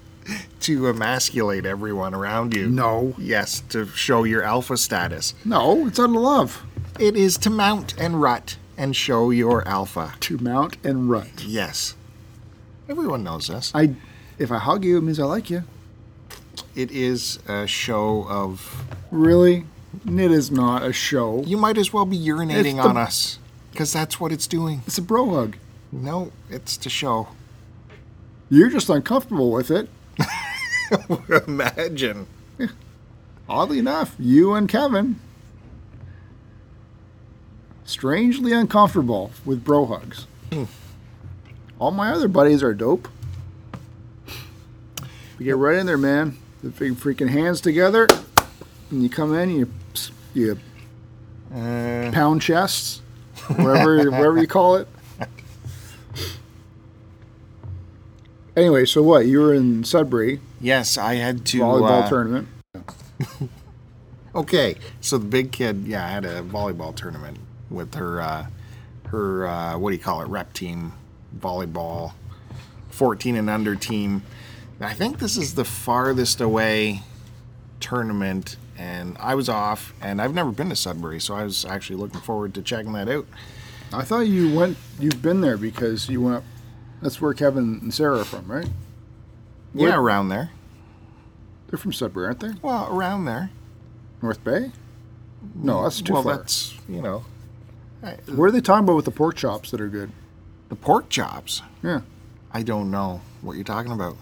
Speaker 3: To emasculate everyone around you.
Speaker 2: no
Speaker 3: Yes, to show your alpha status.
Speaker 2: no it's out of love
Speaker 3: It is to mount and rut and show your alpha.
Speaker 2: to mount and rut
Speaker 3: Yes. Everyone knows this.
Speaker 2: i if i hug you it means i like you
Speaker 3: It is a show of.
Speaker 2: Really? It is not a show.
Speaker 3: You might as well be urinating
Speaker 2: It's the-
Speaker 3: on us, because that's what it's doing.
Speaker 2: It's a bro hug.
Speaker 3: No, it's to show.
Speaker 2: You're just uncomfortable with it.
Speaker 3: Imagine.
Speaker 2: Oddly enough, you and Kevin strangely uncomfortable with bro hugs. All my other buddies are dope. You get right in there, man. The big freaking hands together, and you come in, you you
Speaker 3: Uh,
Speaker 2: pound chests, whatever whatever you call it. Anyway, so what? You were in Sudbury
Speaker 3: Yes, I had to.
Speaker 2: volleyball
Speaker 3: uh,
Speaker 2: tournament.
Speaker 3: Okay, so the big kid, yeah, I had a volleyball tournament with her, uh, her uh, what do you call it, rep team, volleyball, 14 and under team. And I think this is the farthest away tournament, and I was off, and I've never been to Sudbury, so I was actually looking forward to checking that out.
Speaker 2: I thought you went. You've been there because you went. up. That's where Kevin and Sarah are from, right?
Speaker 3: Yeah, around there.
Speaker 2: They're from Sudbury, aren't they?
Speaker 3: Well, around there.
Speaker 2: North Bay. No, that's too
Speaker 3: well,
Speaker 2: far.
Speaker 3: that's you know
Speaker 2: Where are they talking about with the pork chops that are good?
Speaker 3: the pork chops.
Speaker 2: Yeah.
Speaker 3: I don't know what you're talking about.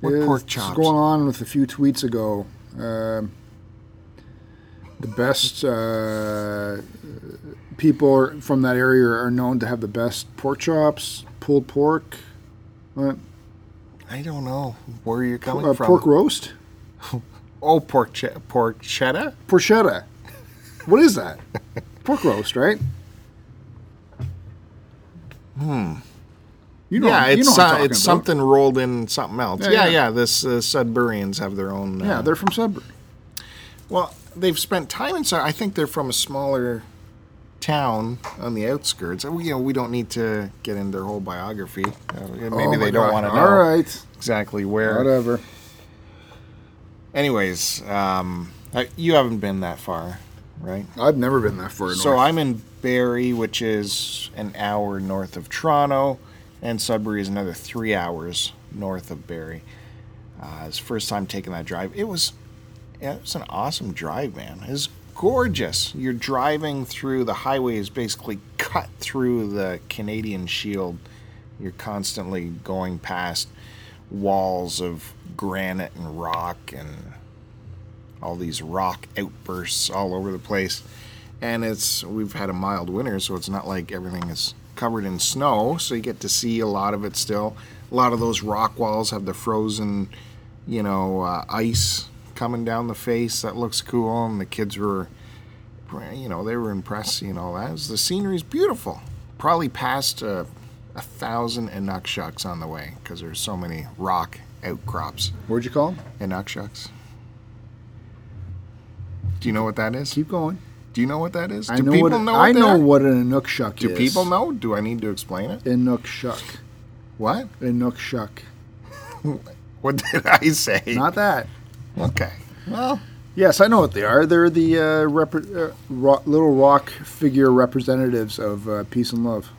Speaker 3: What
Speaker 2: Yeah,
Speaker 3: pork
Speaker 2: this is
Speaker 3: chops?
Speaker 2: going on with a few tweets ago. Um, the best uh, people are- from that area are known to have the best pork chops, pulled pork, what?
Speaker 3: I don't know where you're coming
Speaker 2: Uh,
Speaker 3: from.
Speaker 2: pork roast,
Speaker 3: oh, pork ch- porchetta.
Speaker 2: porchetta. What is that? pork roast, right? Hmm. You know,
Speaker 3: Hmm. yeah,
Speaker 2: you
Speaker 3: it's
Speaker 2: know what I'm
Speaker 3: so-
Speaker 2: talking
Speaker 3: it's
Speaker 2: about.
Speaker 3: something rolled in something else.
Speaker 2: Yeah,
Speaker 3: Yeah, yeah.
Speaker 2: yeah.
Speaker 3: this uh, Sudburians have their own. Uh,
Speaker 2: Yeah, they're from Sudbury.
Speaker 3: well, they've spent time in. Sud- I think they're from a smaller town on the outskirts. We, you know, we don't need to get into their whole biography. Uh,
Speaker 2: Oh
Speaker 3: maybe
Speaker 2: my
Speaker 3: they don't
Speaker 2: God.
Speaker 3: want to know
Speaker 2: All right,
Speaker 3: exactly where.
Speaker 2: whatever.
Speaker 3: Anyways, um, I, you haven't been that far, right?
Speaker 2: I've never been that far.
Speaker 3: So
Speaker 2: north.
Speaker 3: I'm in Barrie, which is an hour north of Toronto, and Sudbury is another three hours north of Barrie. Uh, it's the first time taking that drive. It was, yeah, it was an awesome drive, man. It was gorgeous. You're driving through the highway is basically cut through the Canadian Shield. You're constantly going past walls of granite and rock and all these rock outbursts all over the place. And it's we've had a mild winter, so it's not like everything is covered in snow, so you get to see a lot of it still. A lot of those rock walls have the frozen, you know, uh, ice coming down the face. That looks cool, and the kids were, you know, they were impressed seeing all that. It was- the scenery's beautiful. Probably passed a, a thousand Inukshucks on the way because there's so many rock outcrops.
Speaker 2: Where'd you call him?
Speaker 3: Inukshucks. Do you know what that is?
Speaker 2: Keep going.
Speaker 3: Do you know what that is? Do
Speaker 2: I know
Speaker 3: people
Speaker 2: what
Speaker 3: know
Speaker 2: I
Speaker 3: what that
Speaker 2: know
Speaker 3: is?
Speaker 2: what an Inukshuk
Speaker 3: Do
Speaker 2: is.
Speaker 3: people know? Do I need to explain it?
Speaker 2: Inukshuk?
Speaker 3: What?
Speaker 2: Inukshuk.
Speaker 3: What did I say?
Speaker 2: Not that.
Speaker 3: okay. Well,
Speaker 2: Yes, I know what they are. They're the uh, rep- uh, ro- little rock figure representatives of uh, peace and love.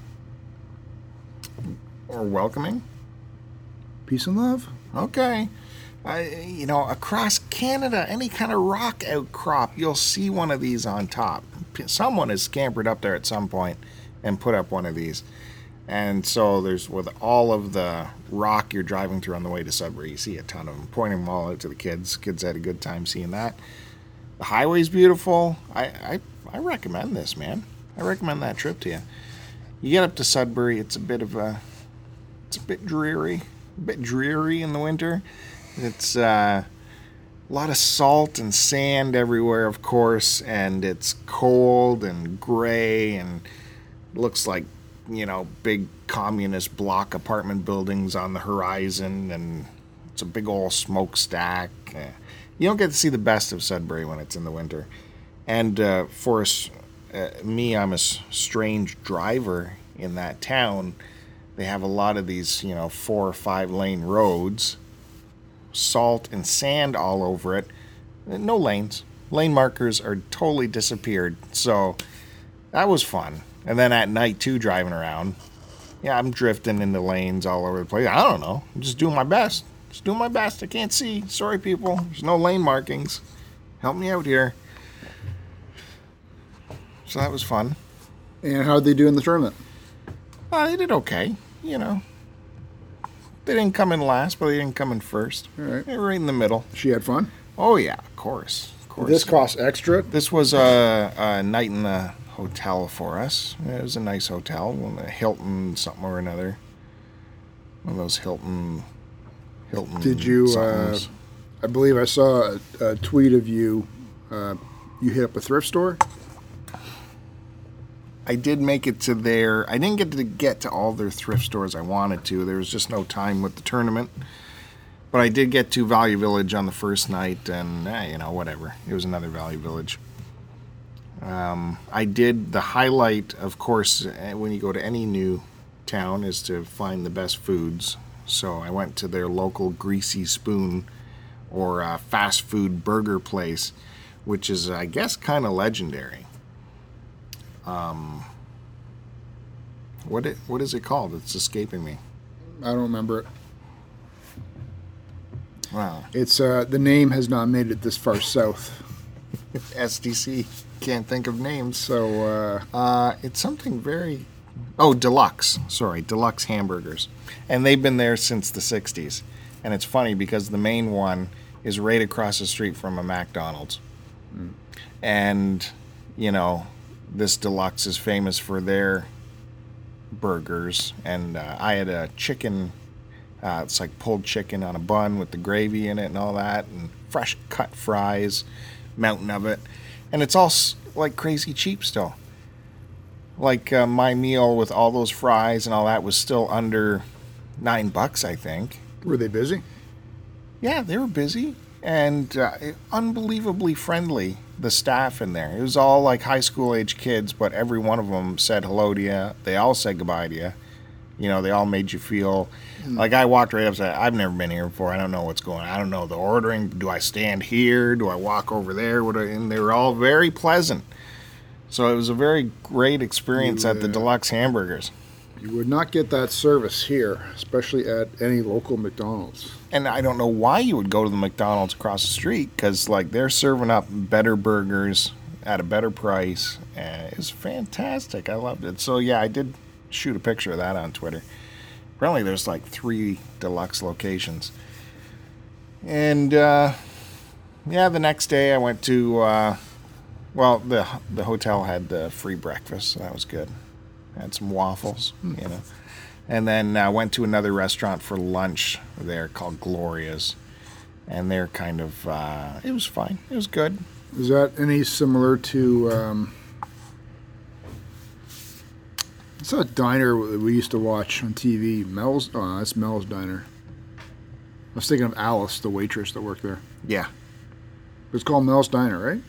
Speaker 3: or welcoming.
Speaker 2: Peace and love.
Speaker 3: Okay. I, you know, across Canada, any kind of rock outcrop, you'll see one of these on top. P- Someone has scampered up there at some point and put up one of these. And so there's with all of the rock you're driving through on the way to Sudbury, you see a ton of them. Pointing them all out to the kids. Kids had a good time seeing that. The highway's beautiful. I, I, I recommend this, man. I recommend that trip to you. You get up to Sudbury, it's a bit of a it's a bit dreary, a bit dreary in the winter. It's uh, a lot of salt and sand everywhere, of course, and it's cold and gray and looks like you know big communist block apartment buildings on the horizon, and it's a big old smokestack. Eh, You don't get to see the best of Sudbury when it's in the winter, and uh, for us, uh, me, I'm a s- strange driver in that town they have a lot of these, you know, four or five lane roads, salt and sand all over it. No lanes. Lane markers are totally disappeared. So that was fun. And then at night, too, driving around. Yeah, I'm drifting into lanes all over the place. I don't know. I'm just doing my best. Just doing my best. I can't see. Sorry, people. There's no lane markings. Help me out here. So that was fun.
Speaker 2: And how'd they do in the tournament?
Speaker 3: Uh, they did okay, you know. They didn't come in last, but they didn't come in first.
Speaker 2: All right.
Speaker 3: They were right in the middle.
Speaker 2: She had fun.
Speaker 3: Oh yeah, of course, of course.
Speaker 2: This costs extra.
Speaker 3: This was a, a night in the hotel for us. It was a nice hotel, one of the Hilton something or another. One of those Hilton, Hilton.
Speaker 2: Did you? Uh,
Speaker 3: somethings.
Speaker 2: I believe I saw a, a tweet of you. Uh, you hit up a thrift store.
Speaker 3: I did make it to their. I didn't get to get to all their thrift stores I wanted to. There was just no time with the tournament. But I did get to Value Village on the first night, and eh, you know whatever. It was another Value Village. Um, I did the highlight, of course, eh, when you go to any new town, is to find the best foods. So I went to their local Greasy Spoon or uh, fast food burger place, which is, I guess, kind of legendary. What it, what is it called? It's escaping me.
Speaker 2: I don't remember it.
Speaker 3: Wow.
Speaker 2: It's uh, the name has not made it this far south.
Speaker 3: SDC can't think of names.
Speaker 2: So uh,
Speaker 3: Uh, it's something very. Oh, deluxe. Sorry, deluxe hamburgers, and they've been there since the '60s. And it's funny because the main one is right across the street from a McDonald's, and you know, this deluxe is famous for their burgers. And uh, I had a chicken. Uh, it's like pulled chicken on a bun with the gravy in it and all that, and fresh cut fries, mountain of it, and it's all s- like crazy cheap still like uh, my meal with all those fries and all that was still under nine bucks, I think.
Speaker 2: were they busy?
Speaker 3: Yeah, they were busy and uh, unbelievably friendly. The staff in there, it was all like high school age kids, but every one of them said hello to you. They all said goodbye to you. You know, they all made you feel like I walked right up and said, I've never been here before. I don't know what's going on. I don't know the ordering. Do I stand here? Do I walk over there? What do I-" And they were all very pleasant. So it was a very great experience at the Deluxe Hamburgers.
Speaker 2: You would not get that service here, especially at any local McDonald's.
Speaker 3: and I don't know why you would go to the McDonald's across the street because like they're serving up better burgers at a better price. Uh, it's fantastic. I loved it. So yeah, I did shoot a picture of that on Twitter. Apparently, there's like three deluxe locations, and uh, yeah, the next day I went to uh, well the the hotel had the free breakfast, so that was good. Had some waffles, you know and then uh, went to another restaurant for lunch there called Gloria's, and they're kind of uh, it was fine, it was good.
Speaker 2: Is that any similar to? Um, it's a diner that we used to watch on TV. Mel's. Oh, that's Mel's Diner. I was thinking of Alice, the waitress that worked there.
Speaker 3: Yeah,
Speaker 2: It's called Mel's Diner, right?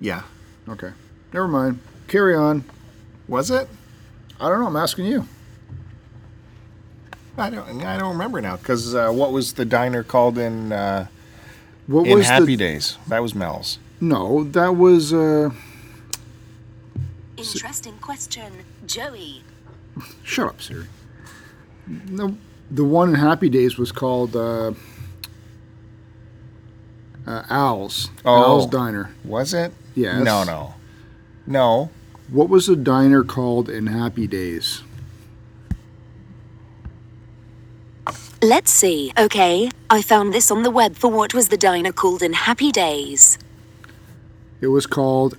Speaker 3: yeah.
Speaker 2: Okay. Never mind. Carry on.
Speaker 3: Was it?
Speaker 2: I don't know. I'm asking you.
Speaker 3: I don't I don't remember now because uh, what was the diner called in uh,
Speaker 2: What
Speaker 3: in
Speaker 2: was
Speaker 3: Happy
Speaker 2: the?
Speaker 3: Days? That was Mel's.
Speaker 2: No, that was. Uh,
Speaker 4: Interesting question, Joey.
Speaker 2: shut up, Siri. No, the one in Happy Days was called uh, uh, Owls.
Speaker 3: Oh.
Speaker 2: Owls Diner.
Speaker 3: Was it?
Speaker 2: Yes.
Speaker 3: No, no, no.
Speaker 2: What was the diner called in Happy Days?
Speaker 4: Let's see. Okay, I found this on the web for what was the diner called in Happy Days.
Speaker 2: It was called.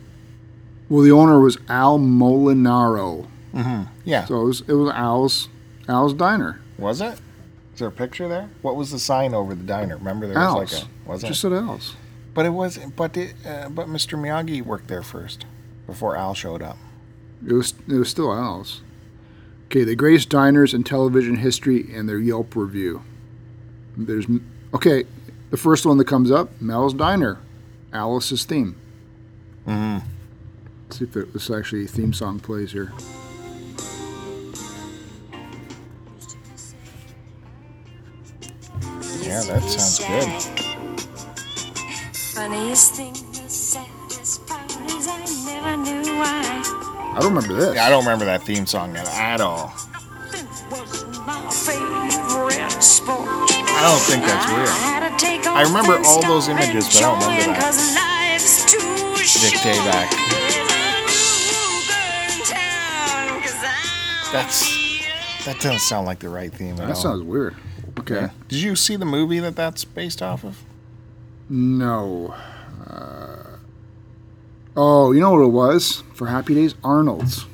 Speaker 2: Well, the owner was Al Molinaro,
Speaker 3: Mm-hmm. Yeah.
Speaker 2: so it was, it was Al's Al's Diner.
Speaker 3: was it? Is there a picture there? What was the sign over the diner? Remember there was
Speaker 2: Al's,
Speaker 3: like a was it?
Speaker 2: just said Al's.
Speaker 3: But it was, but it, uh, but Mr. Miyagi worked there first, before Al showed up.
Speaker 2: It was it was still Al's. Okay, the greatest diners in television history and their Yelp review. There's okay, the first one that comes up, Mel's Diner, Alice's theme. Mm-hmm. Let's see if it was actually a theme song plays here.
Speaker 3: Yeah, that sounds good.
Speaker 5: Funniest thing, the saddest part is I never knew why.
Speaker 2: I don't remember this.
Speaker 3: Yeah, I don't remember that theme song at, at all.
Speaker 5: It was my favorite sport.
Speaker 3: I don't think that's
Speaker 5: I
Speaker 3: real.
Speaker 5: had to take
Speaker 3: I remember
Speaker 5: off and
Speaker 3: all those
Speaker 5: stop
Speaker 3: images, but I don't remember
Speaker 5: enjoying
Speaker 3: that.
Speaker 5: 'cause life's too
Speaker 3: Dick
Speaker 5: short.
Speaker 3: Dayback.
Speaker 5: It's a new girl in town, 'cause I'm
Speaker 3: That's that doesn't sound like the right theme at all.
Speaker 2: That sounds weird. Okay.
Speaker 3: Yeah. Did you see the movie that that's based off of?
Speaker 2: No. Uh, oh, you know what it was for Happy Days? Arnold's.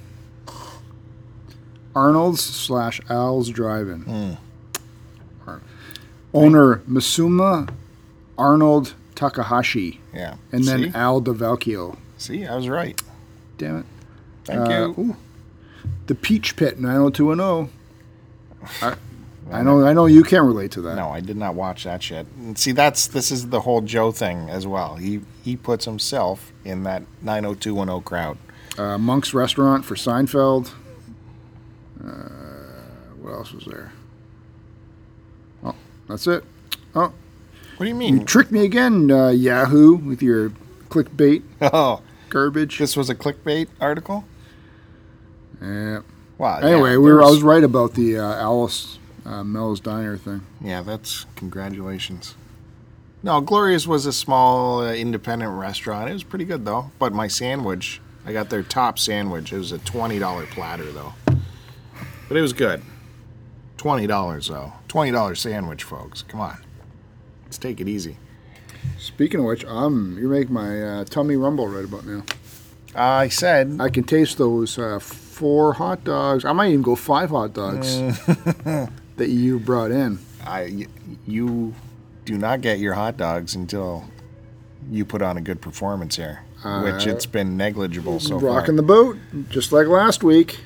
Speaker 2: Arnold's slash Al's Drive-In.
Speaker 3: Hmm.
Speaker 2: Ar- Owner Masuma Arnold Takahashi,
Speaker 3: Yeah.
Speaker 2: and then
Speaker 3: see?
Speaker 2: Al DeValcio.
Speaker 3: see, I was right.
Speaker 2: Damn it.
Speaker 3: Thank
Speaker 2: Uh,
Speaker 3: you.
Speaker 2: ooh. The Peach Pit 90210. I, I know I know you can't relate to that.
Speaker 3: No, I did not watch that shit. And see, that's this is the whole Joe thing as well. He he puts himself in that 90210 crowd.
Speaker 2: uh, Monk's Restaurant for Seinfeld. Uh, what else was there? Oh, that's it. Oh,
Speaker 3: What do you
Speaker 2: you
Speaker 3: mean?
Speaker 2: tricked me again, uh, Yahoo, with your clickbait
Speaker 3: Oh,
Speaker 2: garbage.
Speaker 3: this was a clickbait article.
Speaker 2: Yeah.
Speaker 3: Wow. uh, yeah,
Speaker 2: Anyway, we
Speaker 3: there
Speaker 2: were, I
Speaker 3: was-
Speaker 2: was right about the uh, Alice uh, Mel's Diner thing.
Speaker 3: Yeah, that's congratulations. No, Glorious was a small uh, independent restaurant. It was pretty good though. But my sandwich, I got their top sandwich. It was a twenty dollar platter though, but it was good. Twenty dollars though. Twenty dollar sandwich, folks. Come on, let's take it easy.
Speaker 2: Speaking of which, um, you're making my uh, tummy rumble right about now.
Speaker 3: I said
Speaker 2: I can taste those uh, four hot dogs. I might even go five hot dogs that you brought in.
Speaker 3: I y- you do not get your hot dogs until you put on a good performance here, which it's been negligible so far.
Speaker 2: rocking the boat, just like last week.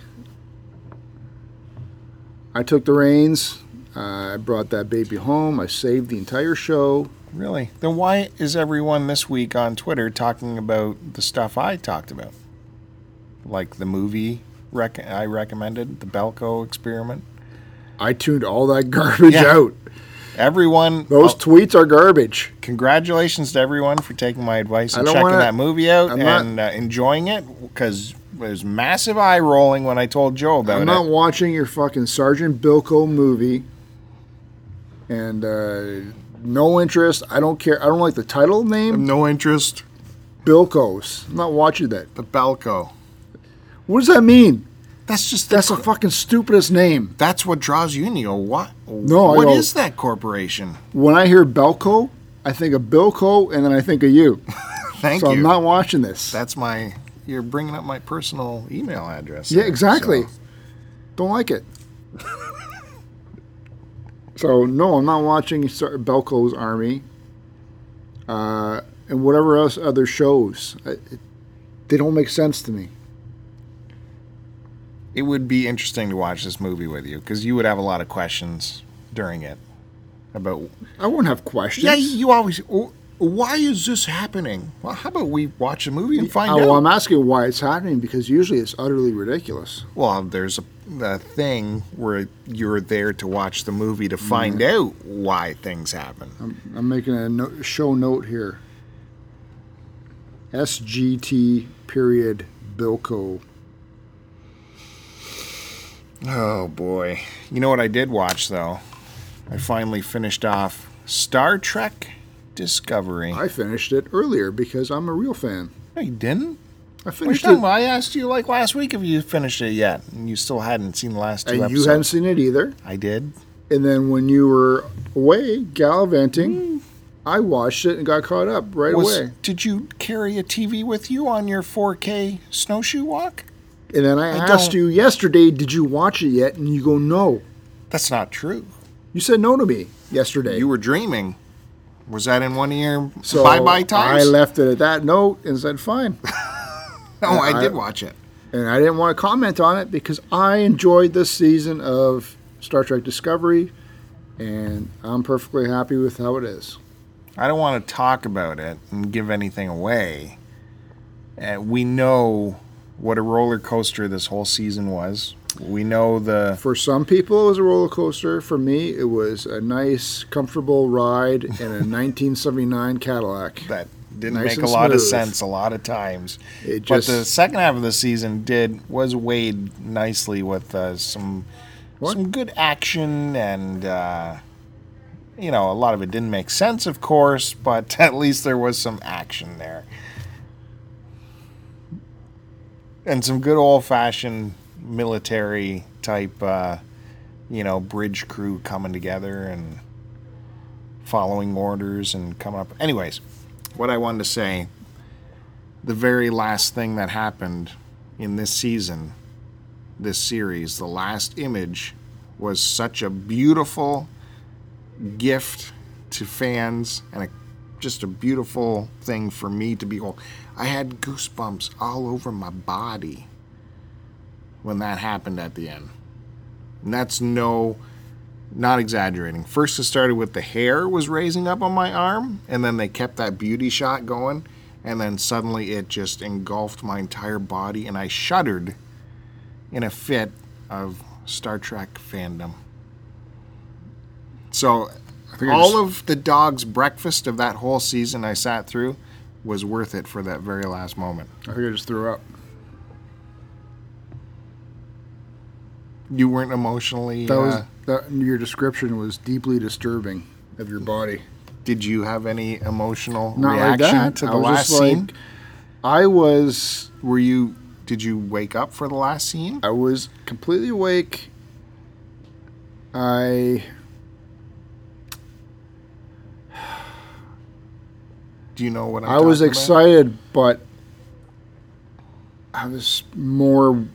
Speaker 2: I took the reins. I brought that baby home. I saved the entire show.
Speaker 3: Really? Then why is everyone this week on Twitter talking about the stuff I talked about? Like the movie rec- I recommended, the Belko experiment?
Speaker 2: I tuned all that garbage
Speaker 3: Yeah.
Speaker 2: out.
Speaker 3: Everyone,
Speaker 2: Those
Speaker 3: oh,
Speaker 2: tweets are garbage.
Speaker 3: congratulations to everyone for taking my advice
Speaker 2: I
Speaker 3: and
Speaker 2: don't
Speaker 3: checking
Speaker 2: wanna-
Speaker 3: that movie out
Speaker 2: I'm not-
Speaker 3: and uh, enjoying it because there's massive eye rolling when I told Joe about
Speaker 2: I'm
Speaker 3: it.
Speaker 2: not watching your fucking Sergeant Bilko movie. And uh, no interest. I don't care. I don't like the title name.
Speaker 3: no interest.
Speaker 2: Bilko's. I'm not watching that.
Speaker 3: The Belko.
Speaker 2: What does that mean?
Speaker 3: That's just
Speaker 2: That's the fucking stupidest name.
Speaker 3: that's what draws you in. You go, what?
Speaker 2: No, I
Speaker 3: what
Speaker 2: go-
Speaker 3: is that corporation?
Speaker 2: When I hear Belco, I think of Bilko and then I think of you.
Speaker 3: Thank
Speaker 2: so
Speaker 3: you.
Speaker 2: I'm not watching this.
Speaker 3: that's my you're bringing up my personal email address
Speaker 2: yeah,
Speaker 3: there,
Speaker 2: exactly.
Speaker 3: so-
Speaker 2: Don't like it. so no, I'm not watching Sar- Belko's Army, uh, and whatever else other shows. I, it, they don't make sense to me.
Speaker 3: it would be interesting to watch this movie with you because you would have a lot of questions during it about
Speaker 2: I won't have questions.
Speaker 3: yeah you always "Oh, why is this happening well how about we watch a movie and find
Speaker 2: I,
Speaker 3: out
Speaker 2: well, Oh, I'm asking why it's happening because usually it's utterly ridiculous.
Speaker 3: well there's a, a thing where you're there to watch the movie to find
Speaker 2: Mm-hmm.
Speaker 3: out why things happen
Speaker 2: I'm making a no- show note here. SGT period Bilko.
Speaker 3: Oh boy. You know what I did watch though? I finally finished off Star Trek Discovery.
Speaker 2: I finished it earlier because I'm a real fan.
Speaker 3: No, you didn't?
Speaker 2: I
Speaker 3: What are you
Speaker 2: finished
Speaker 3: talking
Speaker 2: it,
Speaker 3: about? I asked you like last week if you finished it yet, and you still hadn't seen the last two
Speaker 2: and you
Speaker 3: episodes.
Speaker 2: hadn't seen it either.
Speaker 3: I did.
Speaker 2: And then when you were away gallivanting, I watched it and got caught up right
Speaker 3: Was-
Speaker 2: away.
Speaker 3: Did you carry a TV with you on your 4K snowshoe walk?
Speaker 2: And then I,
Speaker 3: I
Speaker 2: asked
Speaker 3: don't-
Speaker 2: you yesterday, "Did you watch it yet?" And you go, "No."
Speaker 3: That's not true.
Speaker 2: You said no to me yesterday.
Speaker 3: You were dreaming. Was that in one of your
Speaker 2: so
Speaker 3: bye-bye times?
Speaker 2: I left it at that note and said, "Fine."
Speaker 3: No, I,
Speaker 2: I-
Speaker 3: did watch it.
Speaker 2: and I didn't want to comment on it because I enjoyed this season of Star Trek Discovery, and I'm perfectly happy with how it is.
Speaker 3: I don't want to talk about it and give anything away. Uh, we know what a roller coaster this whole season was. We know the
Speaker 2: For some people, it was a roller coaster. For me, it was a nice, comfortable ride in a 1979 Cadillac.
Speaker 3: that didn't
Speaker 2: Nice
Speaker 3: make a
Speaker 2: and
Speaker 3: lot of
Speaker 2: smooth.
Speaker 3: sense a lot of times.
Speaker 2: It
Speaker 3: but the
Speaker 2: just-
Speaker 3: second half of the season did was weighed nicely with uh, some some good action and uh, you know a lot of it didn't make sense, of course, but at least there was some action there. and some good old fashioned military type, uh, you know, bridge crew coming together and following orders and coming up. Anyways, what I wanted to say the very last thing that happened in this season, this series, the last image was such a beautiful gift to fans and a, just a beautiful thing for me to behold. I had goosebumps all over my body when that happened at the end. And that's no, not exaggerating. First, it started with the hair was raising up on my arm, and then they kept that beauty shot going, and then suddenly it just engulfed my entire body, and I shuddered in a fit of Star Trek fandom. So,
Speaker 2: think I
Speaker 3: all
Speaker 2: just-
Speaker 3: of the dog's breakfast of that whole season I sat through was worth it for that very last moment.
Speaker 2: I think I just threw up.
Speaker 3: You weren't emotionally.
Speaker 2: That was
Speaker 3: uh,
Speaker 2: that. Your description was deeply disturbing of your body.
Speaker 3: Did you have any emotional
Speaker 2: Not like
Speaker 3: reaction
Speaker 2: that.
Speaker 3: to
Speaker 2: I
Speaker 3: the
Speaker 2: was
Speaker 3: last
Speaker 2: just like-
Speaker 3: scene?
Speaker 2: I was
Speaker 3: Were you? Did you wake up for the last scene?
Speaker 2: I was completely awake. I
Speaker 3: Do you know what I'm
Speaker 2: I was
Speaker 3: talking about?
Speaker 2: excited, but I was more.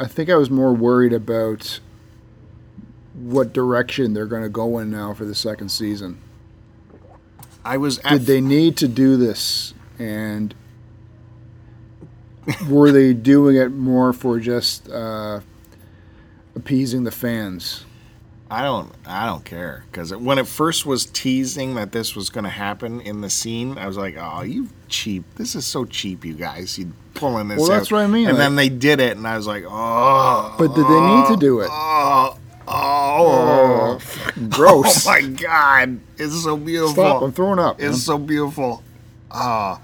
Speaker 2: I think I was more worried about what direction they're going to go in now for the second season.
Speaker 3: I was. At,
Speaker 2: Did they need to do this, and were they doing it more for just uh, appeasing the fans?
Speaker 3: I don't. I don't care because when it first was teasing that this was going to happen in the scene, I was like, "Oh, you cheap! This is so cheap, you guys. You pulling this."
Speaker 2: Well,
Speaker 3: out."
Speaker 2: that's what I mean,
Speaker 3: And
Speaker 2: like-
Speaker 3: then they did it, and I was like, "Oh."
Speaker 2: But did they need to do it?
Speaker 3: Oh. Oh.
Speaker 2: Gross.
Speaker 3: Oh my God! It's so beautiful.
Speaker 2: Stop! I'm throwing up. man.
Speaker 3: It's so beautiful. Ah.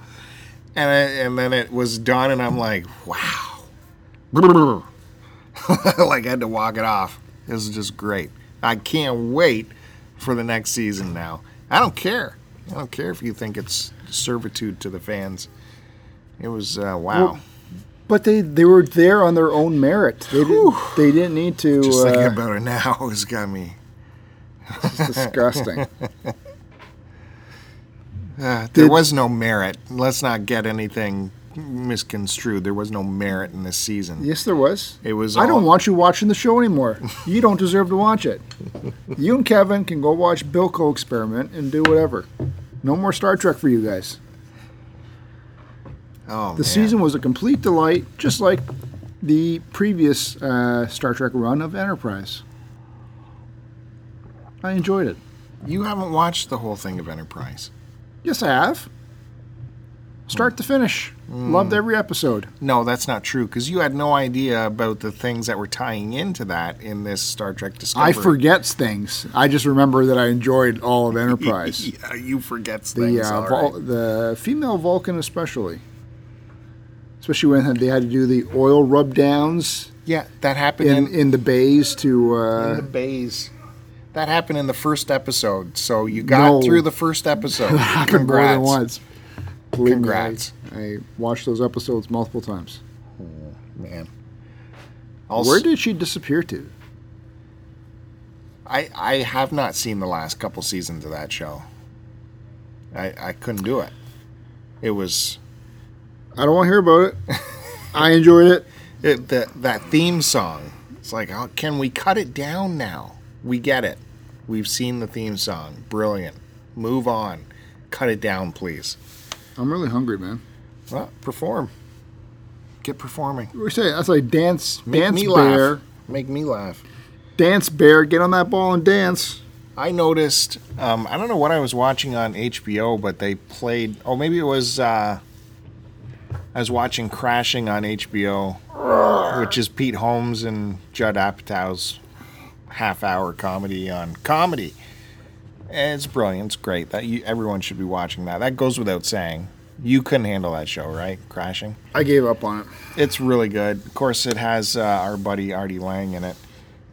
Speaker 3: And I, and then it was done and I'm like, wow. like I had to walk it off. This is just great. I can't wait for the next season now. I don't care. I don't care if you think it's servitude to the fans. It was uh, wow.
Speaker 2: Well, But they, they were there on their own merit. They didn't, they didn't need to.
Speaker 3: just
Speaker 2: uh,
Speaker 3: thinking about it now has got me.
Speaker 2: It's disgusting.
Speaker 3: Uh, there
Speaker 2: Did-
Speaker 3: was no merit. Let's not get anything misconstrued. There was no merit in this season.
Speaker 2: yes, there was.
Speaker 3: It was
Speaker 2: I don't
Speaker 3: all-
Speaker 2: want you watching the show anymore. You don't deserve to watch it. You and Kevin can go watch Bilko Experiment and do whatever. No more Star Trek for you guys.
Speaker 3: Oh,
Speaker 2: The season was a complete delight, just like the previous uh, Star Trek run of Enterprise. I enjoyed it.
Speaker 3: You haven't watched the whole thing of Enterprise.
Speaker 2: Yes, I have. Start to finish. Loved every episode.
Speaker 3: No, that's not true because you had no idea about the things that were tying into that in this Star Trek Discovery.
Speaker 2: I forget things. I just remember that I enjoyed all of Enterprise.
Speaker 3: yeah, you forget
Speaker 2: the
Speaker 3: things.
Speaker 2: uh,
Speaker 3: all
Speaker 2: Vul-
Speaker 3: right.
Speaker 2: the female Vulcan especially, especially when they had to do the oil rub downs
Speaker 3: Yeah, that happened
Speaker 2: in,
Speaker 3: in, in,
Speaker 2: in the bays to.
Speaker 3: the
Speaker 2: Uh,
Speaker 3: bays. That happened in the first episode. So you got
Speaker 2: No.
Speaker 3: through the first episode.
Speaker 2: happened more than
Speaker 3: Congrats.
Speaker 2: once. Believe me, I-
Speaker 3: Congrats.
Speaker 2: I, watched those episodes multiple times.
Speaker 3: Man. Also,
Speaker 2: Where did she disappear to?
Speaker 3: I, I have not seen the last couple seasons of that show. I, I couldn't do it. It was
Speaker 2: I don't want to hear about it. I enjoyed it.
Speaker 3: it, the, that theme song. It's like, how can we cut it down now? We get it. We've seen the theme song. Brilliant. Move on. Cut it down, please.
Speaker 2: I'm really hungry, man.
Speaker 3: Well, perform. Get performing.
Speaker 2: What do you say? That's like dance,
Speaker 3: Make
Speaker 2: dance
Speaker 3: me
Speaker 2: bear,
Speaker 3: laugh. Make me laugh.
Speaker 2: dance bear. Get on that ball and dance.
Speaker 3: I noticed. Um, I don't know what I was watching on HBO, but they played. Oh, maybe it was. Uh, I was watching Crashing on HBO, which is Pete Holmes and Judd Apatow's half-hour comedy on comedy. And It's brilliant. It's great. That you, everyone should be watching that. That goes without saying. You couldn't handle that show, right? Crashing.
Speaker 2: I gave up on it.
Speaker 3: It's really good. Of course, it has uh, our buddy Artie Lang in it.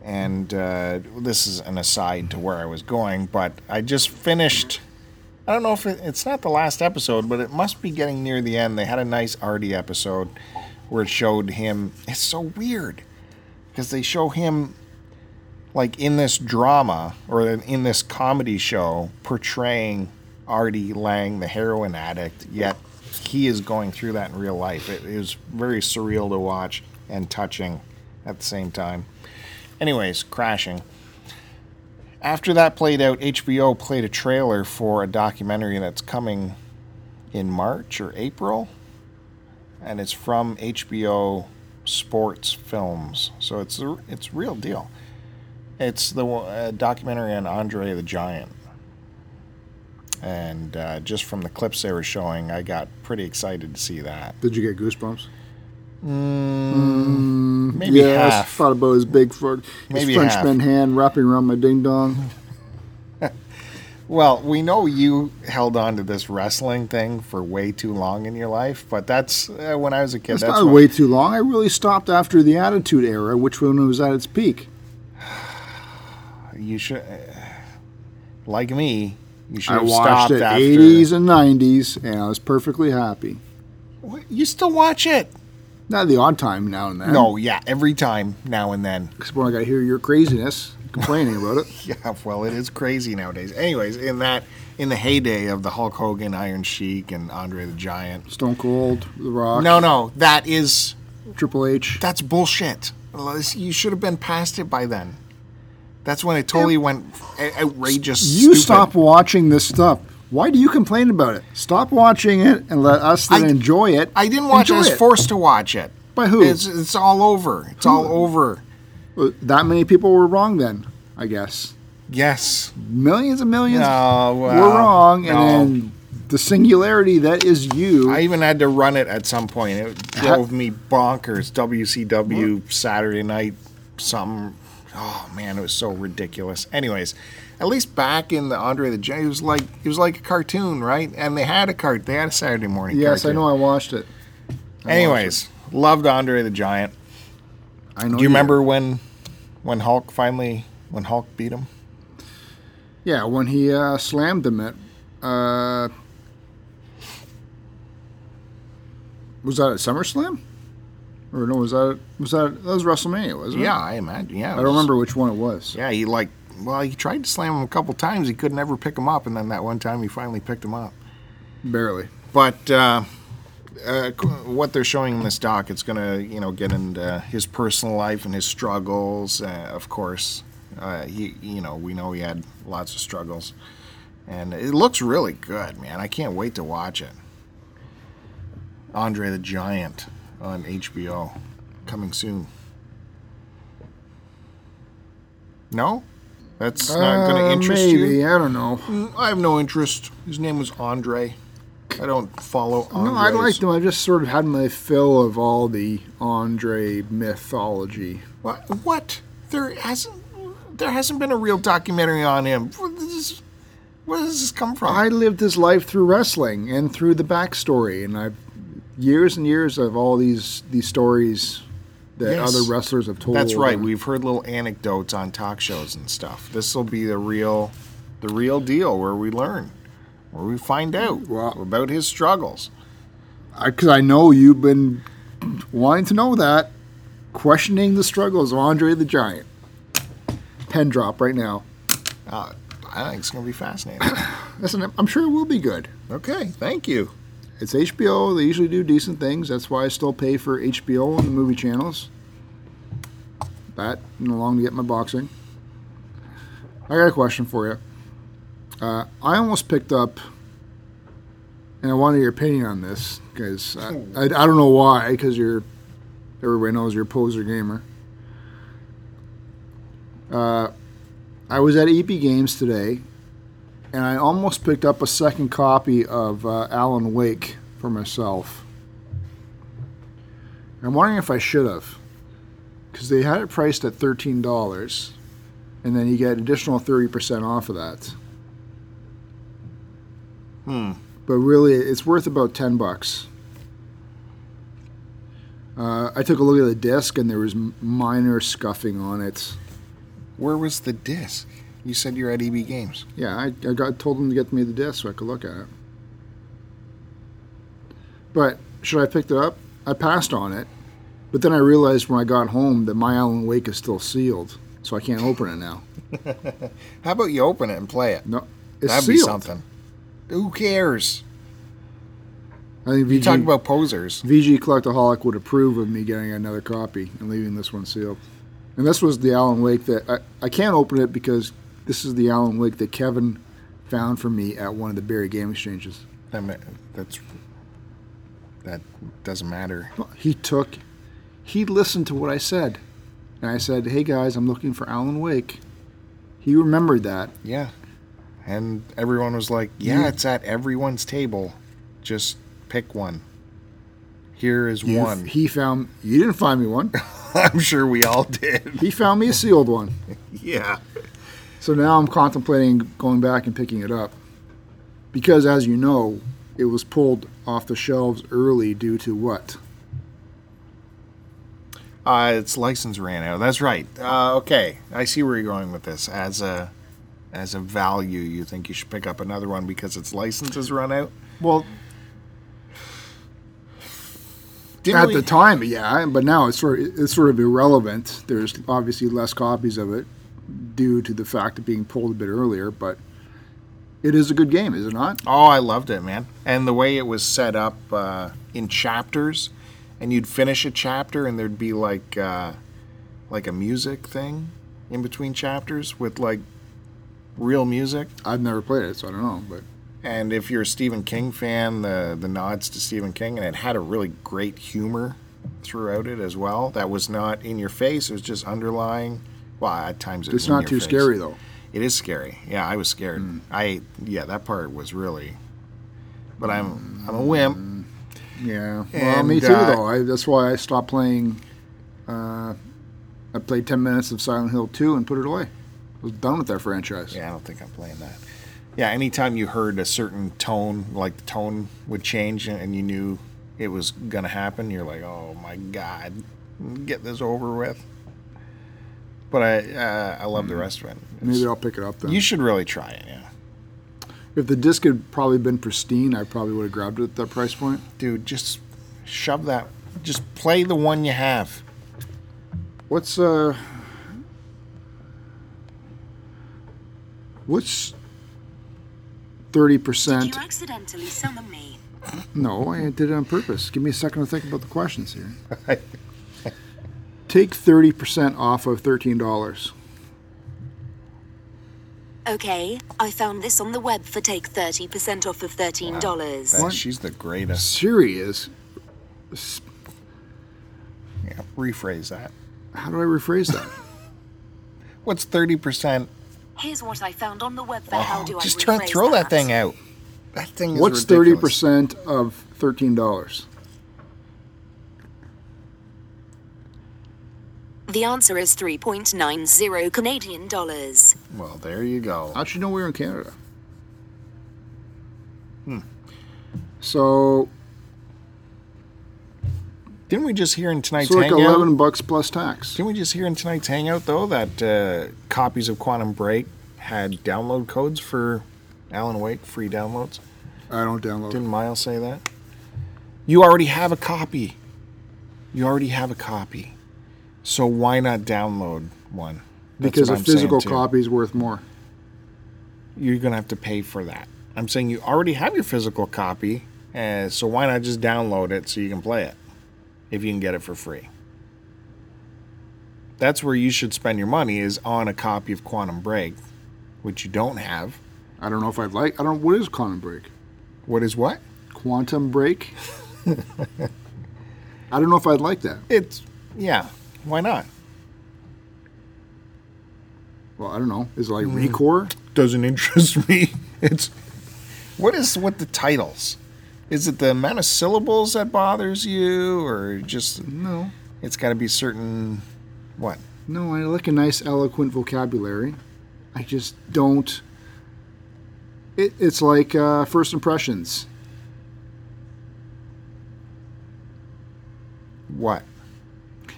Speaker 3: And uh, this is an aside to where I was going, but I just finished. I don't know if it, it's not the last episode, but it must be getting near the end. They had a nice Artie episode where it showed him. It's so weird. because they show him like in this drama or in- in this comedy show portraying Artie Lang, the heroin addict, yet he is going through that in real life. It is very surreal to watch and touching at the same time. Anyways, crashing. After that played out, HBO played a trailer for a documentary that's coming in March or April, and it's from HBO Sports Films. So it's a, it's a real deal. It's the one- uh, documentary on Andre the Giant. And uh, just from the clips they were showing, I got pretty excited to see that.
Speaker 2: Did you get goosebumps?
Speaker 3: Maybe
Speaker 2: yeah, I
Speaker 3: half.
Speaker 2: thought about his big frog, his
Speaker 3: Maybe Hmm,
Speaker 2: Frenchman hand wrapping around my ding dong.
Speaker 3: Well, we know you held on to this wrestling thing for way too long in your life, but that's uh, when I was a kid.
Speaker 2: It's
Speaker 3: that's
Speaker 2: not
Speaker 3: what-
Speaker 2: way too long. I really stopped after the Attitude Era, which when it was at its peak.
Speaker 3: you should. uh, Like me, you
Speaker 2: I
Speaker 3: should have
Speaker 2: watched
Speaker 3: stopped
Speaker 2: it
Speaker 3: after.
Speaker 2: 80s and 90s, and I was perfectly happy.
Speaker 3: What? You still watch it?
Speaker 2: Not the odd time now and then.
Speaker 3: No, yeah, every time now and then.
Speaker 2: Except when I got to hear your craziness complaining about it.
Speaker 3: Yeah, well, it is crazy nowadays. Anyways, in that in the heyday of the Hulk Hogan, Iron Sheik, and Andre the Giant.
Speaker 2: Stone Cold, The Rock,
Speaker 3: No, no, that is
Speaker 2: Triple H.
Speaker 3: that's bullshit. You should have been past it by then. That's when it totally went o- outrageous.
Speaker 2: You
Speaker 3: stupid.
Speaker 2: stop watching this stuff. Why do you complain about it? Stop watching it and let us then
Speaker 3: I-
Speaker 2: enjoy it.
Speaker 3: I didn't watch it. I
Speaker 2: Enjoy
Speaker 3: was forced to watch it.
Speaker 2: By who?
Speaker 3: It's, it's all over. It's all over.
Speaker 2: Well, That many people were wrong then, I guess.
Speaker 3: Yes.
Speaker 2: Millions and millions
Speaker 3: No, well,
Speaker 2: were wrong,
Speaker 3: no.
Speaker 2: and then the singularity that is you.
Speaker 3: I even had to run it at some point. It drove me bonkers. WCW Saturday night something. Oh man, it was so ridiculous. Anyways, at least back in the Andre the Giant, it was like it was like a cartoon, right? And they had a cart. They had a Saturday morning.
Speaker 2: yes, I
Speaker 3: cartoon.
Speaker 2: know I watched it.
Speaker 3: Anyways, loved Andre the Giant.
Speaker 2: I know.
Speaker 3: Do you remember when when Hulk finally when Hulk beat him?
Speaker 2: Yeah, when he uh, slammed them at. Uh, was that at SummerSlam? Or no, was that was that that was WrestleMania, wasn't it?
Speaker 3: Yeah, I imagine. Yeah, it
Speaker 2: I don't
Speaker 3: was-
Speaker 2: remember which one it was.
Speaker 3: Yeah, he like well, he tried to slam him a couple times. He could never pick him up, and then that one time he finally picked him up.
Speaker 2: Barely.
Speaker 3: But uh, uh, c- what they're showing in this doc, it's gonna you know get into his personal life and his struggles. Uh, of course, uh, he you know we know he had lots of struggles, and it looks really good, man. I can't wait to watch it. Andre the Giant on HBO, coming soon. No, that's not going to
Speaker 2: Uh,
Speaker 3: interest
Speaker 2: maybe,
Speaker 3: you.
Speaker 2: I don't know.
Speaker 3: I have no interest. His name was Andre. I don't follow Andre.
Speaker 2: No, Oh, I liked him. I just sort of had my fill of all the Andre mythology.
Speaker 3: What? what? There hasn't there hasn't been a real documentary on him. What is this- where does this come from?
Speaker 2: I lived his life through wrestling and through the backstory, and I've years and years of all these these stories that
Speaker 3: Yes.
Speaker 2: other wrestlers have told.
Speaker 3: That's right. We've heard little anecdotes on talk shows and stuff. This will be the real the real deal where we learn, where we find out
Speaker 2: Well-
Speaker 3: about his struggles.
Speaker 2: because I know you've been wanting to know that, questioning the struggles of Andre the Giant. Pen drop right now.
Speaker 3: Uh, I think it's going to be fascinating.
Speaker 2: Listen, I'm sure it will be good.
Speaker 3: okay, thank you.
Speaker 2: It's HBO. They usually do decent things. That's why I still pay for HBO on the movie channels. That and along to get my boxing. I got a question for you. Uh, I almost picked up, and I wanted your opinion on this because I, I, I don't know why. Because you're everybody knows you're a poser gamer. Uh, I was at EP Games today, and I almost picked up a second copy of uh, Alan Wake for myself. I'm wondering if I should have, because they had it priced at thirteen dollars, and then you get additional thirty percent off of that. Hmm. But really, it's worth about ten bucks. Uh, I took a look at the disc, and there was m- minor scuffing on it.
Speaker 3: Where was the disc? You said you're at EB Games.
Speaker 2: Yeah, I, I got told them to get me the disc so I could look at it. But should I pick it up? I passed on it But then I realized when I got home that my Alan Wake is still sealed, so I can't open it now.
Speaker 3: How about you open it and play it?
Speaker 2: No, it's
Speaker 3: That'd
Speaker 2: sealed.
Speaker 3: be something. Who cares?
Speaker 2: I think VG,
Speaker 3: You talk about posers.
Speaker 2: VG Collectaholic would approve of me getting another copy and leaving this one sealed. And this was the Alan Wake that I, I can't open it because this is the Alan Wake that Kevin found for me at one of the Barry Game Exchanges.
Speaker 3: I mean, that's that doesn't matter.
Speaker 2: He took, he listened to what I said. And I said, hey guys, I'm looking for Alan Wake. He remembered that.
Speaker 3: Yeah. And everyone was like, "Yeah,
Speaker 2: You-
Speaker 3: it's at everyone's table. Just pick one. Here is
Speaker 2: You-
Speaker 3: one."
Speaker 2: He found, you didn't find me one.
Speaker 3: I'm sure we all did.
Speaker 2: he found me a sealed one.
Speaker 3: yeah.
Speaker 2: So now I'm contemplating going back and picking it up. Because as you know, it was pulled off the shelves early due to what?
Speaker 3: Uh, its license ran out. That's right. Uh, okay, I see where you're going with this. As a as a value, you think you should pick up another one because its license has run out.
Speaker 2: Well,
Speaker 3: Didn't
Speaker 2: at
Speaker 3: we-
Speaker 2: the time, yeah, but now it's sort of, it's sort of irrelevant. There's obviously less copies of it due to the fact of being pulled a bit earlier, but it is a good game, is it not?
Speaker 3: Oh, I loved it, man. And the way it was set up uh, in chapters, and you'd finish a chapter, and there'd be like uh, like a music thing in between chapters with like real music.
Speaker 2: I've never played it, so I don't know, but
Speaker 3: And if you're a Stephen King fan, the the nods to Stephen King, and it had a really great humor throughout it as well. That was not in your face; it was just underlying. Well, at times it was
Speaker 2: it's
Speaker 3: in
Speaker 2: not
Speaker 3: your
Speaker 2: too
Speaker 3: face.
Speaker 2: scary though.
Speaker 3: It is scary. Yeah, I was scared.
Speaker 2: Hmm.
Speaker 3: I yeah, that part was really. But I'm I'm a wimp.
Speaker 2: Yeah. Well, me
Speaker 3: And,
Speaker 2: too,
Speaker 3: uh,
Speaker 2: though. I, that's why I stopped playing. Uh, I played 10 minutes of Silent Hill 2 and put it away. I was done with that franchise.
Speaker 3: Yeah, I don't think I'm playing that. Yeah, anytime you heard a certain tone, like the tone would change, and- and you knew it was gonna happen, you're like, oh my god, get this over with. But I uh, I love the rest of it.
Speaker 2: Hmm. Maybe I'll pick it up then.
Speaker 3: You should really try it. Yeah,
Speaker 2: if the disc had probably been pristine, I probably would have grabbed it at that price point.
Speaker 3: dude, just shove that. Just play the one you have.
Speaker 2: What's uh What's 30%?
Speaker 4: You accidentally summon me.
Speaker 2: No, I did it on purpose. Give me a second to think about the questions here. Take 30% off of $13.
Speaker 4: Okay, I found this on the web for take 30% off of $13.
Speaker 3: That- She's the greatest.
Speaker 2: Serious?
Speaker 3: Yeah, rephrase that.
Speaker 2: How do I rephrase that?
Speaker 3: What's thirty percent?
Speaker 4: Here's what I found on the web for how do I
Speaker 3: Just turn,
Speaker 4: rephrase
Speaker 3: throw that thing out. That thing. Is
Speaker 2: What's thirty
Speaker 3: ridiculous.
Speaker 2: percent of thirteen dollars?
Speaker 4: The answer is 3.90 Canadian dollars.
Speaker 3: Well, there you go.
Speaker 2: How'd you know we were in Canada? Hmm. So,
Speaker 3: Didn't we just hear in tonight's
Speaker 2: so like
Speaker 3: hangout?
Speaker 2: eleven bucks plus tax.
Speaker 3: Didn't we just hear in tonight's hangout though that uh, copies of Quantum Break had download codes for Alan Wake free downloads?
Speaker 2: I don't download.
Speaker 3: Didn't Miles say that? You already have a copy. You already have a copy. So why not download one?
Speaker 2: it
Speaker 3: That's
Speaker 2: because
Speaker 3: what
Speaker 2: a
Speaker 3: I'm saying,
Speaker 2: physical
Speaker 3: too.
Speaker 2: copy is worth more.
Speaker 3: You're gonna have to pay for that. I'm saying you already have your physical copy, uh, so why not just download it so you can play it if you can get it for free? That's where you should spend your money is on a copy of Quantum Break, which you don't have.
Speaker 2: I don't know if I'd like. I don't. What is quantum break?
Speaker 3: What is what?
Speaker 2: Quantum break. I don't know if I'd like that.
Speaker 3: It's yeah. Why not?
Speaker 2: Well, I don't know. Is it like Recore?
Speaker 3: doesn't interest me. It's what is with the titles? Is it the amount of syllables that bothers you, or just
Speaker 2: No,
Speaker 3: it's got to be certain? What?
Speaker 2: no. I like a nice, eloquent vocabulary. I just don't. It, it's like uh, first impressions.
Speaker 3: What?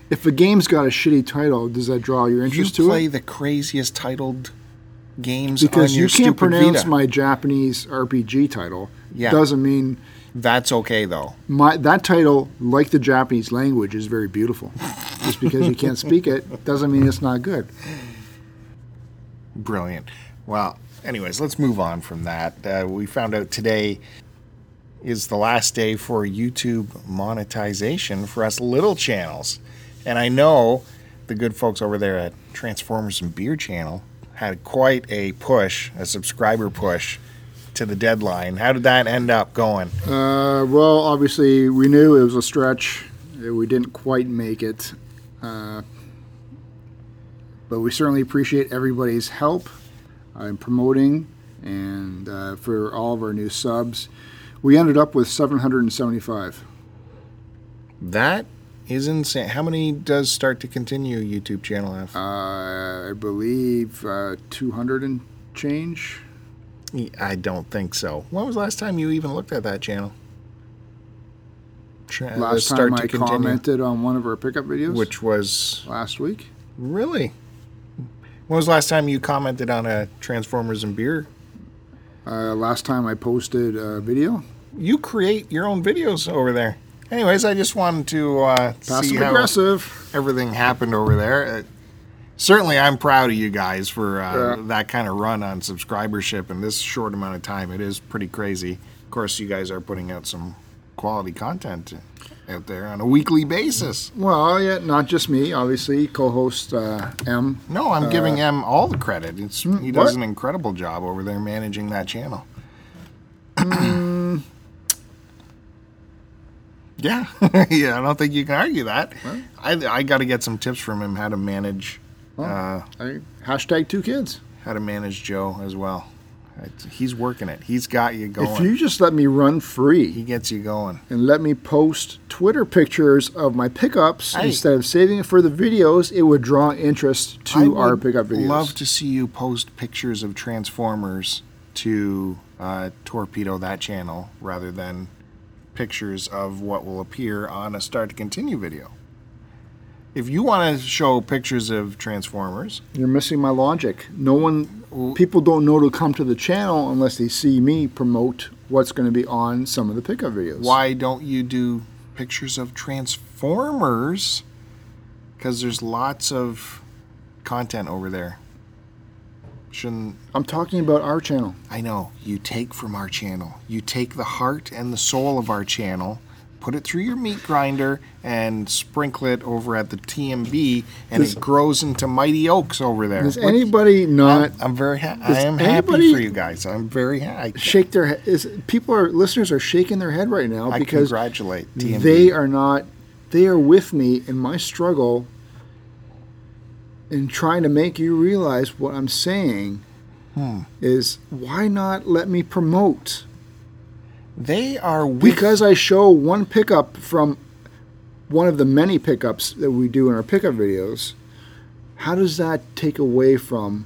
Speaker 2: If a game's got a shitty title, does that draw your
Speaker 3: You
Speaker 2: interest to
Speaker 3: play
Speaker 2: it?
Speaker 3: the craziest titled games on
Speaker 2: Because
Speaker 3: your
Speaker 2: you can't
Speaker 3: stupid
Speaker 2: pronounce
Speaker 3: Vita.
Speaker 2: my Japanese RPG title
Speaker 3: Yeah.
Speaker 2: doesn't mean
Speaker 3: That's okay though.
Speaker 2: My, that title, like the Japanese language, is very beautiful. Just because you can't speak it doesn't mean it's not good.
Speaker 3: Brilliant. Well, anyways, let's move on from that. Uh, we found out today is the last day for YouTube monetization for us little channels. And I know the good folks over there at Transformers and Beer Channel had quite a push, a subscriber push to the deadline. How did that end up going?
Speaker 2: Uh, well, obviously, we knew it was a stretch. Uh, We didn't quite make it. Uh, but we certainly appreciate everybody's help uh, in promoting and uh, for all of our new subs. We ended up with 775.
Speaker 3: That is insane. How many does Start to Continue YouTube channel have?
Speaker 2: Uh, I believe uh, 200 and change.
Speaker 3: I don't think so. When was the last time you even looked at that channel? Tra- uh, the
Speaker 2: Last time I commented on one of our pickup videos,
Speaker 3: which was
Speaker 2: last week.
Speaker 3: really. When was the last time you commented on a Transformers and beer?
Speaker 2: Uh, last time I posted a video.
Speaker 3: You create your own videos over there. Anyways, I just wanted to uh, see
Speaker 2: Passive
Speaker 3: how
Speaker 2: aggressive.
Speaker 3: everything happened over there. Uh, certainly, I'm proud of you guys for uh,
Speaker 2: Yeah.
Speaker 3: that kind of run on subscribership in this short amount of time. It is pretty crazy. Of course, you guys are putting out some quality content out there on a weekly basis.
Speaker 2: Well, yeah, not just me, obviously. Co-host uh, M.
Speaker 3: No, I'm giving him all the credit. It's he
Speaker 2: what?
Speaker 3: does an incredible job over there managing that channel. yeah, yeah. I don't think you can argue that. I I got to get some tips from him how to manage uh,
Speaker 2: I, hashtag two kids.
Speaker 3: how to manage Joe as well. It's- He's working it. He's got you
Speaker 2: If you
Speaker 3: going.
Speaker 2: just let me run
Speaker 3: He
Speaker 2: free
Speaker 3: gets you going.
Speaker 2: and let me post Twitter pictures of my pickups
Speaker 3: Hey.
Speaker 2: instead of saving it for the videos, it would draw interest to
Speaker 3: I
Speaker 2: our
Speaker 3: would
Speaker 2: pickup videos.
Speaker 3: Love to see you post pictures of Transformers to uh, torpedo that channel rather than pictures of what will appear on a start to continue video. If you want to show pictures of Transformers,
Speaker 2: You're missing my logic. No one, people don't know to come to the channel unless they see me promote what's going to be on some of the pickup videos.
Speaker 3: why don't you do pictures of Transformers? Because there's lots of content over there. Shouldn't
Speaker 2: I'm talking about our channel.
Speaker 3: I know. You take from our channel. You take the heart and the soul of our channel, put it through your meat grinder, and sprinkle it over at the TMB, and it grows into mighty oaks over there.
Speaker 2: Does
Speaker 3: Look,
Speaker 2: anybody not
Speaker 3: I'm, I'm very ha- I am
Speaker 2: anybody-
Speaker 3: happy for you guys. I'm very happy.
Speaker 2: shake their head? Is people are listeners are shaking their head right now
Speaker 3: I
Speaker 2: because
Speaker 3: congratulate TMB.
Speaker 2: they are not they are with me in my struggle in trying to make you realize what i'm saying
Speaker 3: Hmm.
Speaker 2: is why not let me promote
Speaker 3: they are weak.
Speaker 2: because i show one pickup from one of the many pickups that we do in our pickup videos how does that take away from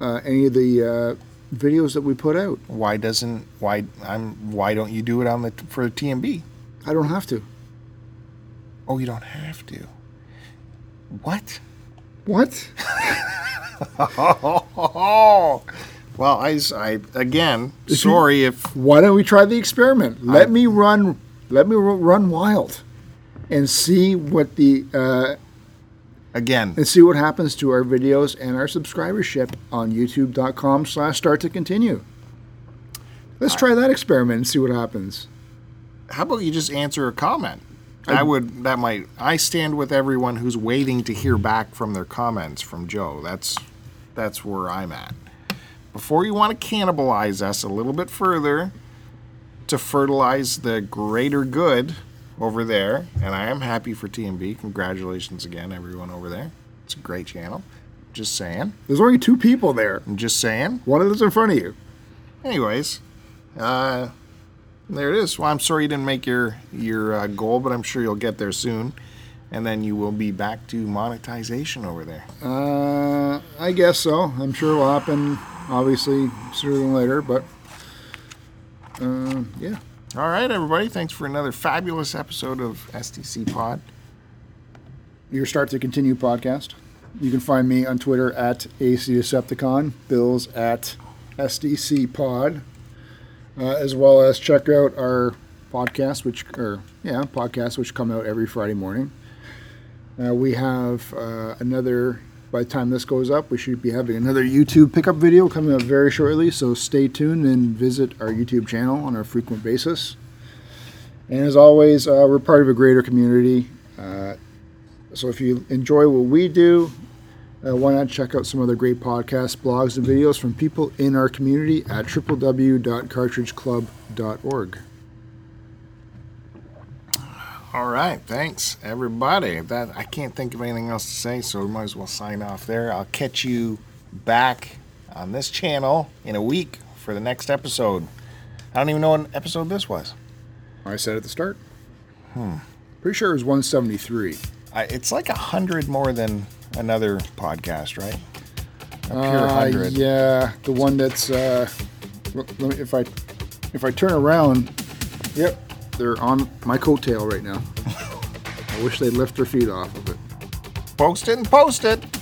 Speaker 2: uh, any of the uh, videos that we put out
Speaker 3: why doesn't why I'm why don't you do it on the for TMB?
Speaker 2: i don't have to
Speaker 3: Oh, you don't have to. What?
Speaker 2: what
Speaker 3: Oh, well, I, s- I- again, sorry if
Speaker 2: why don't we try the experiment? Let me run, let me ru- run wild, and see what the uh,
Speaker 3: again
Speaker 2: and see what happens to our videos and our subscribership on YouTube.com/slash Start to Continue. Let's try that experiment and see what happens.
Speaker 3: how about you just answer a comment? I would. That might. I stand with everyone who's waiting to hear back from their comments from Joe. That's that's where I'm at. Before you want to cannibalize us a little bit further to fertilize the greater good over there, and I am happy for TMB. Congratulations again, everyone over there. It's a great channel. Just saying.
Speaker 2: There's only two people there.
Speaker 3: I'm just saying.
Speaker 2: One of them's in front of you.
Speaker 3: Anyways, uh, there it is. Well, I'm sorry you didn't make your your uh, goal, but I'm sure you'll get there soon, and then you will be back to monetization over there.
Speaker 2: Uh, I guess so. I'm sure it'll happen. Obviously, sooner than later. But uh, yeah,
Speaker 3: All right, everybody. Thanks for another fabulous episode of STC Pod.
Speaker 2: your Start to Continue podcast. You can find me on Twitter at AC Decepticon, Bill's at SDC Pod, uh, as well as check out our podcasts, which or yeah, podcasts which come out every Friday morning. Uh, we have uh, another. By the time this goes up, we should be having another YouTube pickup video coming up very shortly. So stay tuned and visit our YouTube channel on a frequent basis. And as always, uh, we're part of a greater community. Uh, so if you enjoy what we do, uh, why not check out some other great podcasts, blogs, and videos from people in our community at www.cartridgeclub.org.
Speaker 3: All right, thanks everybody. That I can't think of anything else to say, so we might as well sign off there. I'll catch you back on this channel in a week for the next episode. I don't even know what episode this was.
Speaker 2: I said at the start. Pretty sure it was 173.
Speaker 3: I, it's like a hundred more than another podcast, right? A pure
Speaker 2: Uh,
Speaker 3: hundred.
Speaker 2: yeah, the one that's uh, l- let me, if I if I turn around, yep, they're on my coattail right now. I wish they'd lift their feet off of it.
Speaker 3: Post it and post it.